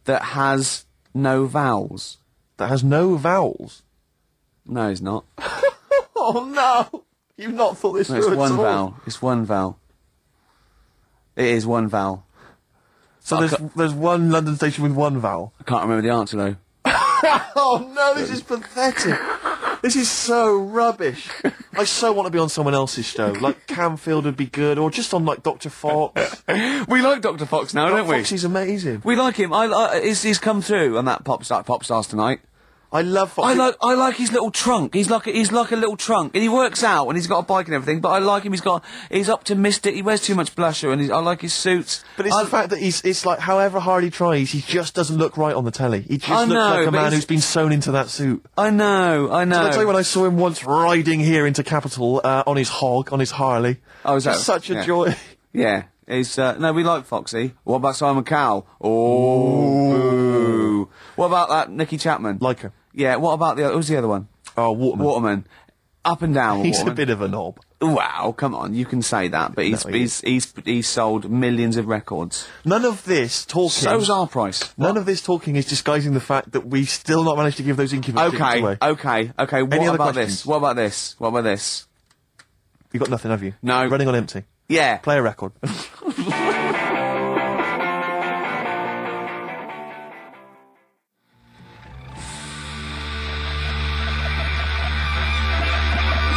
[SPEAKER 1] that has no vowels.
[SPEAKER 2] That has no vowels.
[SPEAKER 1] No, it's not.
[SPEAKER 2] Oh no! You've not thought this
[SPEAKER 1] No,
[SPEAKER 2] through
[SPEAKER 1] it's
[SPEAKER 2] at
[SPEAKER 1] one
[SPEAKER 2] all.
[SPEAKER 1] vowel. It's one vowel. It is one vowel.
[SPEAKER 2] So there's there's one London station with one vowel.
[SPEAKER 1] I can't remember the answer though.
[SPEAKER 2] Oh no! This is pathetic. This is so rubbish. I so want to be on someone else's show, like Camfield would be good, or just on like Doctor Fox.
[SPEAKER 1] We like Dr. Fox now, don't we?
[SPEAKER 2] Foxy's amazing.
[SPEAKER 1] We like him. I, I he's, he's come through on that pop star pop stars tonight.
[SPEAKER 2] I love Foxy.
[SPEAKER 1] I like I like his little trunk. He's like a, he's like a little trunk, and he works out, and he's got a bike and everything. But I like him. He's got he's optimistic. He wears too much blusher, and he's, I like his suits.
[SPEAKER 2] But it's
[SPEAKER 1] I,
[SPEAKER 2] the fact that he's, it's like, however hard he tries, he just doesn't look right on the telly. He just
[SPEAKER 1] I
[SPEAKER 2] looks
[SPEAKER 1] know,
[SPEAKER 2] like a
[SPEAKER 1] but
[SPEAKER 2] man
[SPEAKER 1] it's-
[SPEAKER 2] who's been sewn into that suit.
[SPEAKER 1] I know, I know.
[SPEAKER 2] I'll tell you when I saw him once riding here into Capital uh, on his hog, on his Harley.
[SPEAKER 1] Oh, is that-
[SPEAKER 2] Just such a
[SPEAKER 1] yeah.
[SPEAKER 2] joy.
[SPEAKER 1] yeah, it's uh, no, we like Foxy. What about Simon Cowell? Oh, boo. what about that Nicky Chapman?
[SPEAKER 2] Like her.
[SPEAKER 1] yeah. What about the other? Who's the other one?
[SPEAKER 2] Oh, Waterman.
[SPEAKER 1] Waterman. Up and down. with
[SPEAKER 2] He's
[SPEAKER 1] Waterman.
[SPEAKER 2] a bit of a knob.
[SPEAKER 1] Wow, come on, you can say that, but he's
[SPEAKER 2] No, he
[SPEAKER 1] he's, he's he's sold millions of records.
[SPEAKER 2] None of this talking.
[SPEAKER 1] So's our price.
[SPEAKER 2] None of this talking is disguising the fact that we've still not managed to give those incubators
[SPEAKER 1] Okay, Oh.
[SPEAKER 2] away.
[SPEAKER 1] okay, okay. What
[SPEAKER 2] other
[SPEAKER 1] about
[SPEAKER 2] questions?
[SPEAKER 1] this? What about this? What about this?
[SPEAKER 2] You've got nothing, have you?
[SPEAKER 1] No.
[SPEAKER 2] Running on empty.
[SPEAKER 1] Yeah.
[SPEAKER 2] Play a record.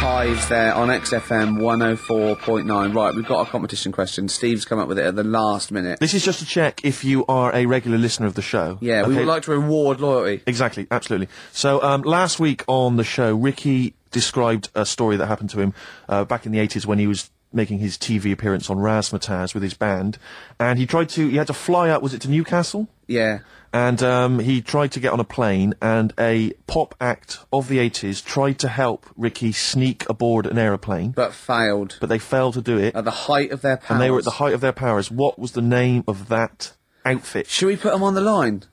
[SPEAKER 1] Hives there on XFM 104.9. Right, we've got a competition question. Steve's come up with it at the last minute.
[SPEAKER 2] this is just to check if you are a regular listener of the show.
[SPEAKER 1] Yeah, we
[SPEAKER 2] Okay.
[SPEAKER 1] would like to reward loyalty.
[SPEAKER 2] Exactly, absolutely. So um, last week on the show, Ricky described a story that happened to him uh, back in the 80s when he was making his TV appearance on Razzmatazz with his band, and he tried to. He had to fly out. Was it to Newcastle?
[SPEAKER 1] Yeah.
[SPEAKER 2] And um, he tried to get on a plane, and a pop act of the 80s tried to help Ricky sneak aboard an aeroplane,
[SPEAKER 1] But failed.
[SPEAKER 2] but they failed to do it,
[SPEAKER 1] at the height of their powers.
[SPEAKER 2] and they were at the height of their powers. What was the name of that outfit?
[SPEAKER 1] Should we put them on the line?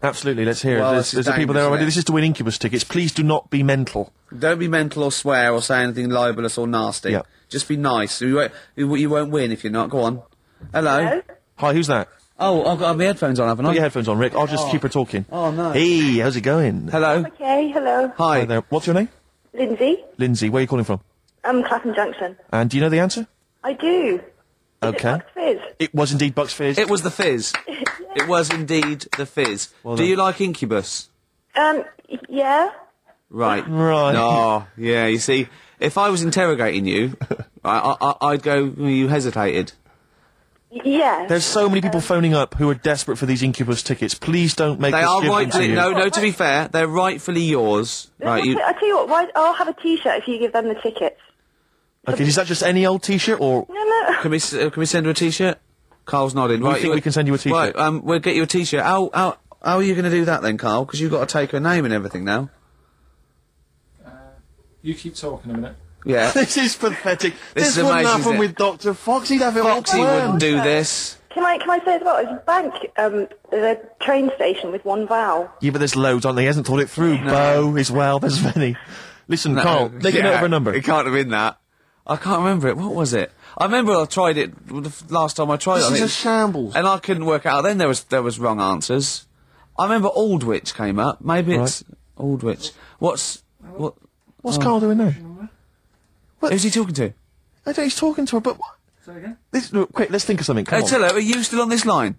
[SPEAKER 2] Absolutely, let's hear
[SPEAKER 1] Well, this
[SPEAKER 2] it. There's,
[SPEAKER 1] is
[SPEAKER 2] there's the
[SPEAKER 1] dangerous,
[SPEAKER 2] people there
[SPEAKER 1] isn't
[SPEAKER 2] already.
[SPEAKER 1] it?
[SPEAKER 2] This is to win Incubus tickets. Please do not be mental.
[SPEAKER 1] Don't be mental or swear or say anything libelous or nasty.
[SPEAKER 2] Yeah.
[SPEAKER 1] Just be nice. You won't, you you won't win if you're not. Go on. Hello.
[SPEAKER 2] Hi, who's that?
[SPEAKER 1] Oh, I've got my headphones on, haven't I?
[SPEAKER 2] Put your headphones on, Rick. I'll just keep her talking.
[SPEAKER 1] Oh, no.
[SPEAKER 2] Hey, how's it going?
[SPEAKER 1] Hello.
[SPEAKER 7] Okay, hello.
[SPEAKER 1] Hi.
[SPEAKER 2] Hi there. What's your name?
[SPEAKER 7] Lindsay.
[SPEAKER 2] Lindsay. Where are you calling from?
[SPEAKER 7] I'm Clapham Junction.
[SPEAKER 2] And do you know the answer?
[SPEAKER 7] I do. Is
[SPEAKER 2] Okay.
[SPEAKER 7] It Bucks Fizz?
[SPEAKER 2] It was indeed Bucks Fizz.
[SPEAKER 1] It was the Fizz. It was indeed the Fizz. Do
[SPEAKER 2] done.
[SPEAKER 1] you like Incubus?
[SPEAKER 7] Um, y- yeah.
[SPEAKER 1] Right.
[SPEAKER 2] Right.
[SPEAKER 1] Oh, yeah. You see, if I was interrogating you, I, I, I- I'd go. "Mm, You hesitated.
[SPEAKER 7] Y- Yeah.
[SPEAKER 2] There's so many people phoning up who are desperate for these Incubus tickets. Please don't make
[SPEAKER 1] They
[SPEAKER 2] us
[SPEAKER 1] are
[SPEAKER 2] give them to
[SPEAKER 1] rightfully
[SPEAKER 2] you.
[SPEAKER 1] no, no. To be fair, they're rightfully yours. Right. You,
[SPEAKER 7] I tell you what, why, I'll have a T-shirt if you give them the tickets.
[SPEAKER 2] Okay, is that just any old T-shirt or?
[SPEAKER 7] No, no.
[SPEAKER 1] can we s- uh, can we send her a T-shirt? Carl's nodding. Right.
[SPEAKER 2] think we can send you a
[SPEAKER 1] Right.
[SPEAKER 2] T-shirt?
[SPEAKER 1] Um, we'll get you a T-shirt. How how how are you going to do that then, Carl? Because you've got to take her name and everything now.
[SPEAKER 3] Uh, You keep talking a minute.
[SPEAKER 1] Yeah.
[SPEAKER 2] This is pathetic.
[SPEAKER 1] This is
[SPEAKER 2] This, wouldn't
[SPEAKER 1] amazing,
[SPEAKER 2] happen
[SPEAKER 1] isn't it?
[SPEAKER 2] with Doctor Fox. He'd have it all
[SPEAKER 1] Foxy wouldn't
[SPEAKER 2] planned.
[SPEAKER 1] do this.
[SPEAKER 7] Can I can I say as well? It's bank um the train station with one vowel.
[SPEAKER 2] Yeah, but there's loads, aren't there? He hasn't thought it through. Bo as well. There's many. Listen, Carl, make a note of her number.
[SPEAKER 1] It can't have been that. I can't remember it. What was it? I remember I tried it w- the f- last time I tried it. I
[SPEAKER 2] This is
[SPEAKER 1] think-
[SPEAKER 2] a shambles.
[SPEAKER 1] And I couldn't work out. Then there was there was wrong answers. I remember Aldwych came up. Maybe it's Aldwych. What's what?
[SPEAKER 2] What's Carl doing now?
[SPEAKER 1] Who's he talking to?
[SPEAKER 2] I don't, he's talking to her, but.
[SPEAKER 3] Say again?
[SPEAKER 2] This, look, quick, let's think of something. Come
[SPEAKER 1] Hey,
[SPEAKER 2] on.
[SPEAKER 1] Tiller, are you still on this line?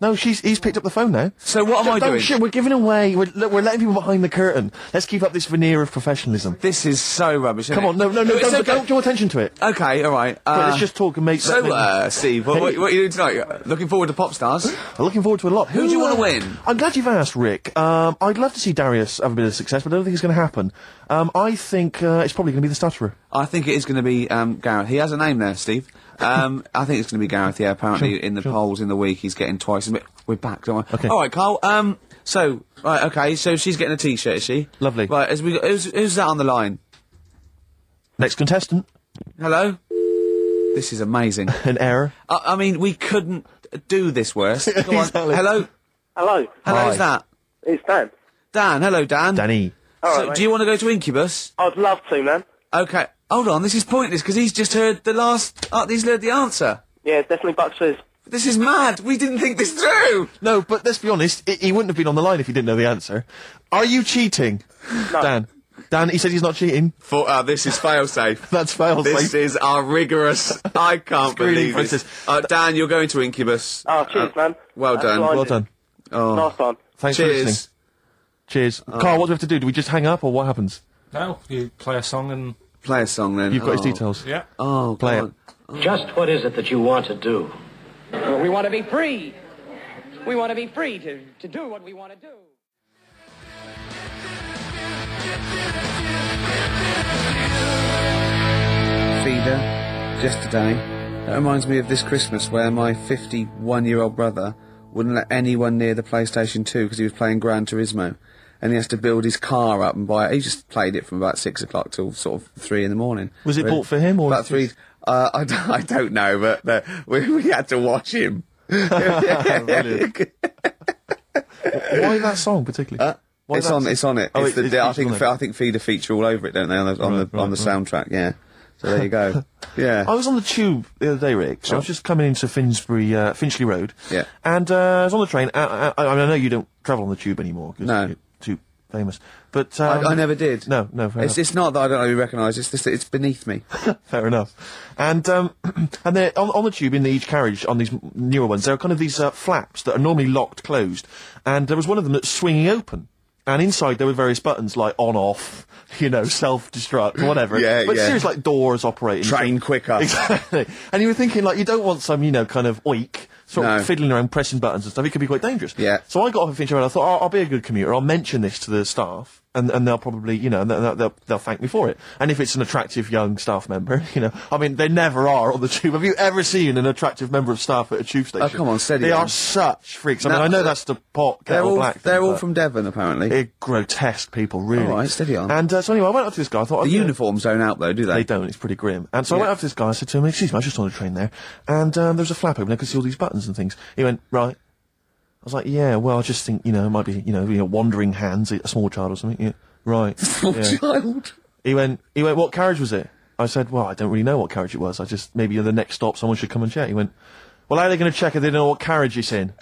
[SPEAKER 2] No, she's he's picked up the phone now.
[SPEAKER 1] So what am I
[SPEAKER 2] Don't
[SPEAKER 1] doing?
[SPEAKER 2] shit, we're giving away. We're, look, we're letting people behind the curtain. Let's keep up this veneer of professionalism.
[SPEAKER 1] This is so rubbish. isn't
[SPEAKER 2] Come
[SPEAKER 1] it?
[SPEAKER 2] on, no, no, no,
[SPEAKER 1] It's
[SPEAKER 2] don't,
[SPEAKER 1] okay.
[SPEAKER 2] don't draw attention to it.
[SPEAKER 1] Okay, all right. Uh,
[SPEAKER 2] let's just talk and make that
[SPEAKER 1] So,
[SPEAKER 2] thing-
[SPEAKER 1] uh, Steve, what, what,
[SPEAKER 2] Hey.
[SPEAKER 1] what are you doing tonight? Looking forward to pop stars.
[SPEAKER 2] I'm looking forward to a lot. Who,
[SPEAKER 1] do you wanna
[SPEAKER 2] uh,
[SPEAKER 1] win?
[SPEAKER 2] I'm glad you've asked, Rick. Um, I'd love to see Darius have a bit of success, but I don't think it's going to happen. Um, I think uh, it's probably going to be the Stutterer.
[SPEAKER 1] I think it is going to be um, Gareth. He has a name there, Steve. Um, I think it's going to be Gareth. Yeah, apparently in the polls in the week he's getting twice. as mi- We're back, don't we?
[SPEAKER 2] Okay.
[SPEAKER 1] All right, Carl. Um, so right, okay. So she's getting a T-shirt, is she?
[SPEAKER 2] Lovely.
[SPEAKER 1] Right, as we got, who's, who's that on the line?
[SPEAKER 2] Next contestant,
[SPEAKER 1] Hello. This is amazing.
[SPEAKER 2] an error.
[SPEAKER 1] I, I mean, we couldn't do this worse. Go on.
[SPEAKER 2] Exactly.
[SPEAKER 1] Hello.
[SPEAKER 8] Hello,
[SPEAKER 1] Hello.
[SPEAKER 2] Hi.
[SPEAKER 1] Who's that?
[SPEAKER 8] it's Dan.
[SPEAKER 1] Dan. Hello, Dan.
[SPEAKER 2] Danny.
[SPEAKER 8] All right,
[SPEAKER 1] So,
[SPEAKER 8] mate.
[SPEAKER 1] do you want to go to Incubus?
[SPEAKER 8] I'd love to, man.
[SPEAKER 1] Okay. Hold on. This is pointless because he's just heard the last. Uh, he's heard the answer.
[SPEAKER 8] Yeah, it's definitely Bucks Fizz.
[SPEAKER 1] This is mad. We didn't think this through.
[SPEAKER 2] No, but let's be honest, i he wouldn't have been on the line if he didn't know the answer. Are you cheating? Dan. Dan, he said he's not cheating.
[SPEAKER 1] For, uh, this is failsafe.
[SPEAKER 2] That's fail
[SPEAKER 1] This
[SPEAKER 2] safe.
[SPEAKER 1] is our rigorous. I can't
[SPEAKER 2] Screening
[SPEAKER 1] believe
[SPEAKER 2] process.
[SPEAKER 1] this. Uh, Dan, you're going to Incubus.
[SPEAKER 8] Oh, cheers,
[SPEAKER 1] Uh,
[SPEAKER 8] man.
[SPEAKER 1] Well
[SPEAKER 8] That's
[SPEAKER 1] done.
[SPEAKER 8] all I
[SPEAKER 2] Well
[SPEAKER 8] did.
[SPEAKER 2] done.
[SPEAKER 8] Nice one.
[SPEAKER 2] Thanks for listening.
[SPEAKER 1] Cheers. Oh.
[SPEAKER 2] Cheers. Carl, what do we have to do? Do we just hang up or what happens?
[SPEAKER 3] No, you play a song and
[SPEAKER 1] Play a song then.
[SPEAKER 2] You've got his
[SPEAKER 1] Oh.
[SPEAKER 2] details.
[SPEAKER 3] yeah.
[SPEAKER 1] Oh,
[SPEAKER 2] Play
[SPEAKER 1] God.
[SPEAKER 2] it.
[SPEAKER 9] Just what is it that you want to do?
[SPEAKER 10] We want to be free. We want to be free to, to do what we want to do.
[SPEAKER 1] yesterday. That reminds me of this Christmas where my 51 year old brother wouldn't let anyone near the PlayStation 2 because he was playing Gran Turismo. And he has to build his car up and buy it. He just played it from about six o'clock till sort of three in the morning.
[SPEAKER 2] Was it bought for him or
[SPEAKER 1] about three? Uh, I, don't, I don't know, but uh, we, we had to watch him.
[SPEAKER 2] Oh, Brilliant. Why that song particularly? Why
[SPEAKER 1] Uh, it's
[SPEAKER 2] that
[SPEAKER 1] on.
[SPEAKER 2] song?
[SPEAKER 1] It's on it.
[SPEAKER 2] Oh,
[SPEAKER 1] it's the, I
[SPEAKER 2] it's
[SPEAKER 1] think.
[SPEAKER 2] on it.
[SPEAKER 1] I think Feeder feature all over it, don't they? On the on
[SPEAKER 2] Right,
[SPEAKER 1] the on the
[SPEAKER 2] right,
[SPEAKER 1] soundtrack. Yeah. So there you go. yeah.
[SPEAKER 2] I was on the tube the other day, Rick. I was just coming into Finsbury, uh, Finchley Road.
[SPEAKER 1] Oh. Yeah.
[SPEAKER 2] And uh, I was on the train. Uh, I, I, I mean, I know you don't travel on the tube anymore 'cause
[SPEAKER 1] No.
[SPEAKER 2] you're too famous. But
[SPEAKER 1] I,
[SPEAKER 2] um,
[SPEAKER 1] I never did.
[SPEAKER 2] No, no, fair
[SPEAKER 1] It's,
[SPEAKER 2] enough.
[SPEAKER 1] it's not that I don't know you recognise. It's just that it's beneath me.
[SPEAKER 2] Fair enough. And um, and they're on, on the tube in the, each carriage on these m- newer ones. There are kind of these uh, flaps that are normally locked closed, and there was one of them that's swinging open. And inside there were various buttons like on off, you know, self destruct, whatever.
[SPEAKER 1] Yeah,
[SPEAKER 2] but
[SPEAKER 1] yeah.
[SPEAKER 2] seriously, like doors operating.
[SPEAKER 1] Train quicker.
[SPEAKER 2] Exactly. And you were thinking like you don't want some, you know, kind of oik sort
[SPEAKER 1] No.
[SPEAKER 2] of fiddling around pressing buttons and stuff. It could be quite dangerous.
[SPEAKER 1] Yeah.
[SPEAKER 2] So I got off at Fincher and I thought, oh, I'll be a good commuter. I'll mention this to the staff, and, and they'll probably, you know, and they'll, they'll they'll thank me for it. And if it's an attractive young staff member, you know, I mean, they never are on the tube. Have you ever seen an attractive member of staff at a tube station?
[SPEAKER 1] Oh, come on, steady
[SPEAKER 2] They
[SPEAKER 1] on.
[SPEAKER 2] are such freaks. I
[SPEAKER 1] No,
[SPEAKER 2] mean, I know
[SPEAKER 1] they're-
[SPEAKER 2] that's the pot
[SPEAKER 1] They're
[SPEAKER 2] kettle
[SPEAKER 1] all
[SPEAKER 2] black.
[SPEAKER 1] they're
[SPEAKER 2] thing,
[SPEAKER 1] all
[SPEAKER 2] but
[SPEAKER 1] from Devon apparently.
[SPEAKER 2] they're grotesque people, really.
[SPEAKER 1] All right, steady on.
[SPEAKER 2] And uh, so anyway, I went up to this guy. I thought
[SPEAKER 1] the
[SPEAKER 2] I'd-
[SPEAKER 1] uniforms don't help though, do they?
[SPEAKER 2] they don't. It's pretty grim. And so I went up to this guy. I said to him, "Excuse me, I was just on a train there, and um, there was a flap open. I could see all these buttons and things." He went, "Right." I was like, "Yeah, well, I just think you know, it might be you know, you know, wandering hands, a small child or something." Yeah, right. yeah.
[SPEAKER 1] Child.
[SPEAKER 2] He went, "He went, what carriage was it?" I said, "Well, I don't really know what carriage it was. I just maybe at the next stop, someone should come and check." He went, "Well, how are they going to check if they don't know what carriage it's in?"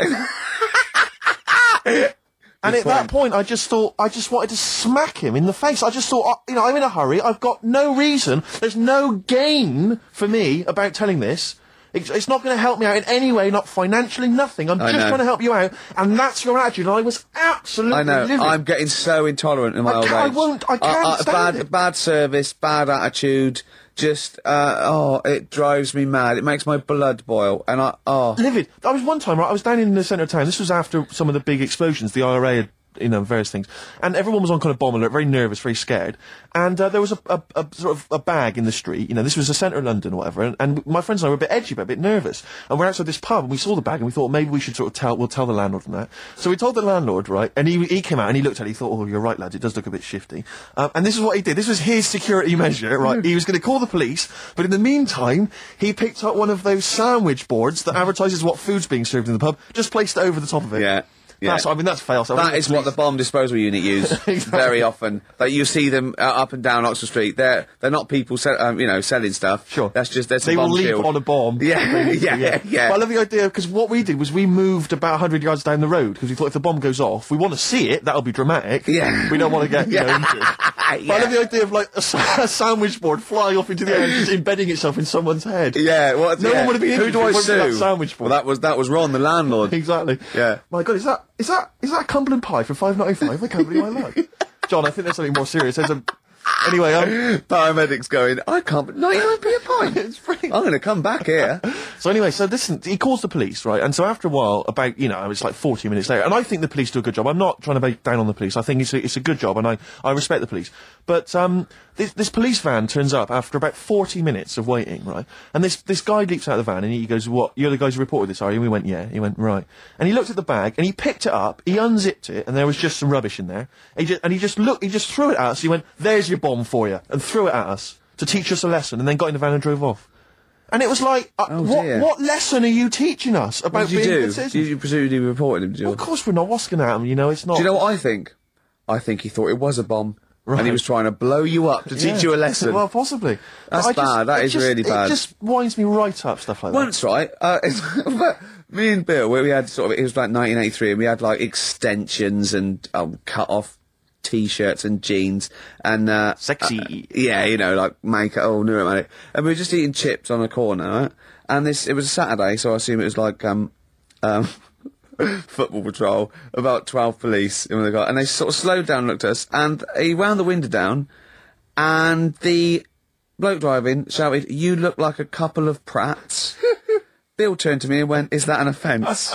[SPEAKER 2] And at that point, I just thought, I just wanted to smack him in the face. I just thought, I- you know, I'm in a hurry. I've got no reason. There's no gain for me about telling this. It's, it's not going to help me out in any way, not financially, nothing. I'm
[SPEAKER 1] I
[SPEAKER 2] just
[SPEAKER 1] know.
[SPEAKER 2] trying to help you out, and that's your attitude. And I was absolutely
[SPEAKER 1] I know.
[SPEAKER 2] livid.
[SPEAKER 1] I'm getting so intolerant in my
[SPEAKER 2] I
[SPEAKER 1] old age.
[SPEAKER 2] can't- I won't- I can't stand
[SPEAKER 1] bad,
[SPEAKER 2] it.
[SPEAKER 1] bad service, bad attitude. Just uh, oh, it drives me mad. It makes my blood boil, and I oh.
[SPEAKER 2] livid. I was one time, right, I was down in the centre of town. This was after some of the big explosions, the IRA had, you know, various things. And everyone was on kind of bomb alert, very nervous, very scared. And uh, there was a, a, a sort of a bag in the street, you know, this was the centre of London or whatever. And, and my friends and I were a bit edgy, but a bit nervous. And we're outside this pub and we saw the bag and we thought maybe we should sort of tell, we'll tell the landlord and that. So we told the landlord, right, and he, he came out and he looked at it, he thought, oh, you're right, lads, it does look a bit shifty. Um, and this is what he did. This was his security measure,
[SPEAKER 1] Hmm.
[SPEAKER 2] right? he was going to call the police, but in the meantime, he picked up one of those sandwich boards
[SPEAKER 1] Hmm.
[SPEAKER 2] that advertises what food's being served in the pub, just placed it over the top of it.
[SPEAKER 1] Yeah, yeah.
[SPEAKER 2] That's, I mean, that's fail.
[SPEAKER 1] That is what the bomb disposal unit use very often. That you see them uh, up and down Oxford Street. They're they're not people, sell, um, you know, selling stuff.
[SPEAKER 2] Sure.
[SPEAKER 1] that's just that's
[SPEAKER 2] They
[SPEAKER 1] a
[SPEAKER 2] will
[SPEAKER 1] bomb
[SPEAKER 2] leap
[SPEAKER 1] shield.
[SPEAKER 2] on a bomb.
[SPEAKER 1] Yeah, yeah, yeah.
[SPEAKER 2] But I love the idea because what we did was we moved about 100 yards down the road because we thought if the bomb goes off, we want to see it. That'll be dramatic.
[SPEAKER 1] Yeah.
[SPEAKER 2] We don't want to get you know,
[SPEAKER 1] Yeah.
[SPEAKER 2] injured. But I
[SPEAKER 1] Ah, Yeah.
[SPEAKER 2] love the idea of like a, sa- a sandwich board flying off into the air and just embedding itself in someone's head.
[SPEAKER 1] yeah, well,
[SPEAKER 2] No
[SPEAKER 1] yeah.
[SPEAKER 2] one would have been
[SPEAKER 1] Who
[SPEAKER 2] injured
[SPEAKER 1] do I
[SPEAKER 2] if it wasn't for
[SPEAKER 1] sue?
[SPEAKER 2] that sandwich
[SPEAKER 1] well,
[SPEAKER 2] board.
[SPEAKER 1] that was that was Ron, the landlord.
[SPEAKER 2] Exactly.
[SPEAKER 1] Yeah.
[SPEAKER 2] My God, is that is that is that a Cumberland pie for five ninety five? I can't believe my luck. John, I think there's something more serious. There's a anyway. Um,
[SPEAKER 1] Paramedics going. I can't. but Not even be a pint.
[SPEAKER 2] It's brilliant.
[SPEAKER 1] I'm going to come back here.
[SPEAKER 2] So anyway, so listen, he calls the police, right? And so after a while, about you know, it's like forty minutes later, and I think the police do a good job. I'm not trying to make down on the police. I think it's a, it's a good job, and I, I respect the police. But um, this this police van turns up after about forty minutes of waiting, right? And this this guy leaps out of the van and he goes, "What? You're the guys who reported this, are you?" And we went, "Yeah." He went, "Right." And he looked at the bag and he picked it up. He unzipped it, and there was just some rubbish in there. He just, and he just looked, he just threw it at us. He went, "There's your bomb for you," and threw it at us to teach us a lesson, and then got in the van and drove off. And it was like, uh,
[SPEAKER 1] Oh,
[SPEAKER 2] what,
[SPEAKER 1] dear.
[SPEAKER 2] what lesson are you teaching us about
[SPEAKER 1] What did you
[SPEAKER 2] being
[SPEAKER 1] do?
[SPEAKER 2] good citizens?
[SPEAKER 1] You, you presumably reported him. Did you?
[SPEAKER 2] Well, of course we're not. What's going to happen? You know, it's not.
[SPEAKER 1] Do you know what I think? I think he thought it was a bomb.
[SPEAKER 2] Right.
[SPEAKER 1] And he was trying to blow you up to
[SPEAKER 2] Yeah.
[SPEAKER 1] teach you a lesson.
[SPEAKER 2] well, possibly. But
[SPEAKER 1] That's
[SPEAKER 2] I just-
[SPEAKER 1] bad. That
[SPEAKER 2] it
[SPEAKER 1] is
[SPEAKER 2] just-
[SPEAKER 1] really bad.
[SPEAKER 2] It just winds me right up, stuff like
[SPEAKER 1] Once, right? Uh, but me and Bill, we, we had sort of, it was like 1983, and we had like extensions and um, cut off t shirts and jeans and. Uh,
[SPEAKER 2] Sexy.
[SPEAKER 1] uh, yeah, you know, like make oh, no, man. And we were just eating chips on a corner, right? And this, it was a Saturday, so I assume it was like, um, um, football patrol, about 12 police in the car, and they sort of slowed down, and looked at us, and he wound the window down, and the bloke driving shouted, You look like a couple of prats. Bill turned to me and went, Is that an offence?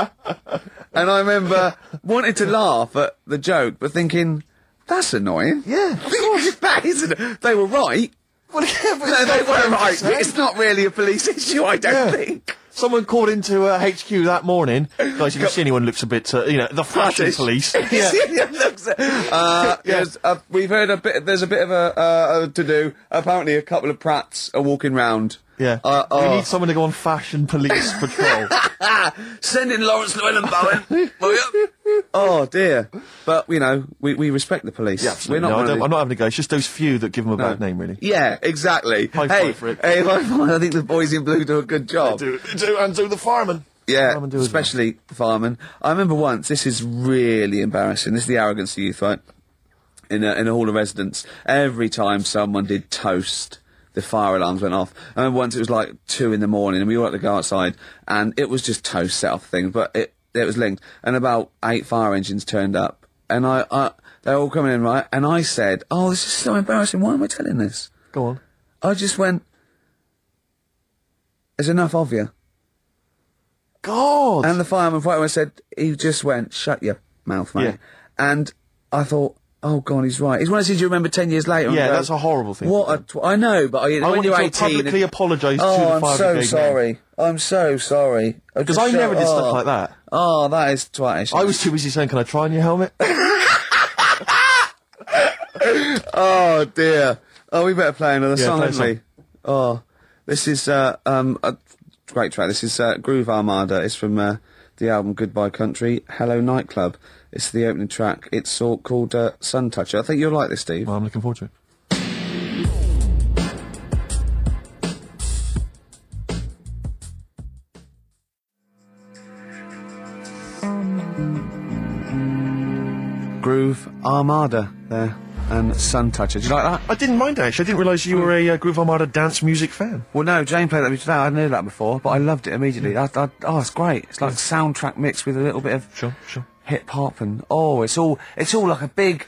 [SPEAKER 1] and I remember wanting to laugh at the joke, but thinking, That's annoying.
[SPEAKER 2] Yeah, of course.
[SPEAKER 1] that is an- They were right.
[SPEAKER 2] Well, yeah, but
[SPEAKER 1] No, they were right.
[SPEAKER 2] Right.
[SPEAKER 1] It's not really a police issue, I don't
[SPEAKER 2] Yeah.
[SPEAKER 1] think.
[SPEAKER 2] Someone called into uh, HQ that morning. Guys, if you see anyone looks a bit, uh, you know, the fashion police.
[SPEAKER 1] yeah. looks, uh, yes, uh, we've heard a bit. There's a bit of a, uh, a to do. Apparently, a couple of prats are walking round.
[SPEAKER 2] Yeah.
[SPEAKER 1] Uh,
[SPEAKER 2] we
[SPEAKER 1] uh,
[SPEAKER 2] need someone to go on fashion police patrol.
[SPEAKER 1] Send in Ah, Lawrence Llewellyn Bowen. Will you? oh dear. But you know, we, we respect the police.
[SPEAKER 2] Yeah, absolutely. No, I
[SPEAKER 1] one of
[SPEAKER 2] don't,
[SPEAKER 1] the-
[SPEAKER 2] I'm not having a go. It's just those few that give them a bad name, really.
[SPEAKER 1] Yeah, exactly.
[SPEAKER 2] High
[SPEAKER 1] hey,
[SPEAKER 2] five for it.
[SPEAKER 1] hey, high five. I think the boys in blue do a good job.
[SPEAKER 2] do, and do the fireman.
[SPEAKER 1] Yeah,
[SPEAKER 2] Firemen do as well.
[SPEAKER 1] especially the firemen. I remember once. This is really embarrassing. This is the arrogance of youth, right? In a, in a hall of residence, every time someone did toast, the fire alarms went off. I remember once it was like two in the morning, and we all had to go outside, and it was just toast set off thing, but it it was linked, and about eight fire engines turned up, and I, I they're all coming in right, and I said, "Oh, this is so embarrassing. Why am I telling this?"
[SPEAKER 2] Go on.
[SPEAKER 1] I just went, "There's enough of you."
[SPEAKER 2] God.
[SPEAKER 1] And the fireman fighter I said, he just went, shut your mouth, mate.
[SPEAKER 2] Yeah.
[SPEAKER 1] And I thought, oh God, he's right. It's one of those things you remember 10 years later. and
[SPEAKER 2] Yeah,
[SPEAKER 1] go,
[SPEAKER 2] that's a horrible thing
[SPEAKER 1] What
[SPEAKER 2] to
[SPEAKER 1] a tw- I know, but I, when
[SPEAKER 2] want you
[SPEAKER 1] you're
[SPEAKER 2] to
[SPEAKER 1] 18. and-
[SPEAKER 2] publicly apologise to
[SPEAKER 1] oh,
[SPEAKER 2] the
[SPEAKER 1] I'm
[SPEAKER 2] fire
[SPEAKER 1] so
[SPEAKER 2] brigade now.
[SPEAKER 1] sorry. I'm so sorry. I
[SPEAKER 2] 'Cause
[SPEAKER 1] just
[SPEAKER 2] I
[SPEAKER 1] shut-
[SPEAKER 2] never did stuff
[SPEAKER 1] oh.
[SPEAKER 2] like that.
[SPEAKER 1] Oh, that is twatish.
[SPEAKER 2] I was too busy saying, "Can I try on your helmet?"
[SPEAKER 1] Oh dear. Oh, we better play another
[SPEAKER 2] Yeah,
[SPEAKER 1] song,
[SPEAKER 2] play a
[SPEAKER 1] haven't we? Oh, this is uh, um, a great track. This is uh, Groove Armada. It's from uh, the album Goodbye Country, Hello Nightclub. It's the opening track. It's all called uh, Sun Toucher. I think you'll like this, Steve.
[SPEAKER 2] well, I'm looking forward to it.
[SPEAKER 1] Groove Armada there and Sun Toucher. Do you like that?
[SPEAKER 2] I didn't mind actually. I didn't realise you were a uh, Groove Armada dance music fan.
[SPEAKER 1] Well, no, Jane played that with me today. I knew that before, but I loved it immediately. I, I, oh, it's great. It's like soundtrack mixed with a little bit of
[SPEAKER 2] Sure, sure.
[SPEAKER 1] hip hop and oh, it's all it's all like a big,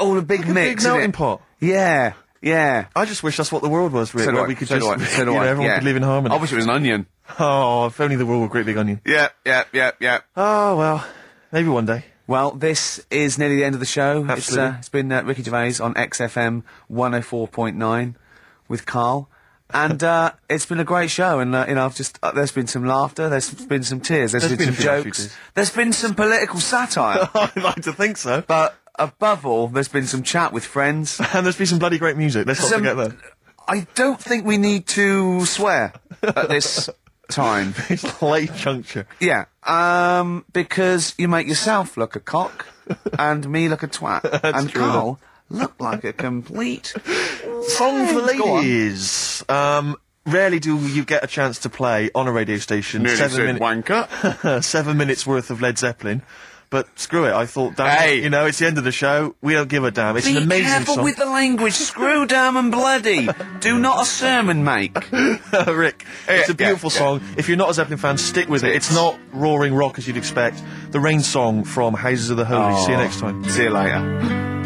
[SPEAKER 1] all a big
[SPEAKER 2] a big
[SPEAKER 1] mix. isn't
[SPEAKER 2] melting
[SPEAKER 1] it?
[SPEAKER 2] pot.
[SPEAKER 1] Yeah, yeah.
[SPEAKER 2] I just wish that's what the world was, really,
[SPEAKER 1] So do
[SPEAKER 2] where
[SPEAKER 1] I.
[SPEAKER 2] we could
[SPEAKER 1] So do
[SPEAKER 2] just,
[SPEAKER 1] I. So
[SPEAKER 2] you
[SPEAKER 1] do
[SPEAKER 2] know,
[SPEAKER 1] I.
[SPEAKER 2] everyone
[SPEAKER 1] Yeah.
[SPEAKER 2] could live in harmony.
[SPEAKER 1] I wish it was an onion.
[SPEAKER 2] Oh, if only the world were a great big onion.
[SPEAKER 1] Yeah, yeah, yeah, yeah.
[SPEAKER 2] Oh well, maybe one day.
[SPEAKER 1] Well, this is nearly the end of the show. It's,
[SPEAKER 2] Absolutely.
[SPEAKER 1] uh, it's been uh, Ricky Gervais on XFM 104.9 with Carl. And uh, it's been a great show, and uh, you know, I've just uh, there's been some laughter, there's been some tears,
[SPEAKER 2] There's
[SPEAKER 1] there's been,
[SPEAKER 2] been
[SPEAKER 1] some
[SPEAKER 2] a few
[SPEAKER 1] jokes,
[SPEAKER 2] tears.
[SPEAKER 1] there's been some political satire,
[SPEAKER 2] I'd like to think so.
[SPEAKER 1] but above all, there's been some chat with friends.
[SPEAKER 2] And there's been some bloody great music. Let's not
[SPEAKER 1] Some-
[SPEAKER 2] forget that.
[SPEAKER 1] I don't think we need to swear at this time.
[SPEAKER 2] It's late juncture.
[SPEAKER 1] Yeah, um, because you make yourself look a cock, and me look a twat, and
[SPEAKER 2] true
[SPEAKER 1] Carl look like a complete.
[SPEAKER 2] Song for
[SPEAKER 1] Go on.
[SPEAKER 2] ladies. Um, rarely do you get a chance to play on a radio station. minute-
[SPEAKER 5] wanker.
[SPEAKER 2] seven minutes worth of Led Zeppelin. But screw it, I thought that
[SPEAKER 5] Hey.
[SPEAKER 2] you know, it's the end of the show. We don't give a damn. It's
[SPEAKER 1] Be
[SPEAKER 2] an amazing
[SPEAKER 1] careful
[SPEAKER 2] song.
[SPEAKER 1] with the language. Screw damn and bloody. Do not a sermon make.
[SPEAKER 2] Oh, Rick, it's a
[SPEAKER 5] yeah,
[SPEAKER 2] beautiful
[SPEAKER 5] yeah.
[SPEAKER 2] song. If you're not a Zeppelin fan, stick with it. It's not
[SPEAKER 5] Oh.
[SPEAKER 2] roaring rock as you'd expect. The rain song from Houses of the Holy. See you next time.
[SPEAKER 1] See you later.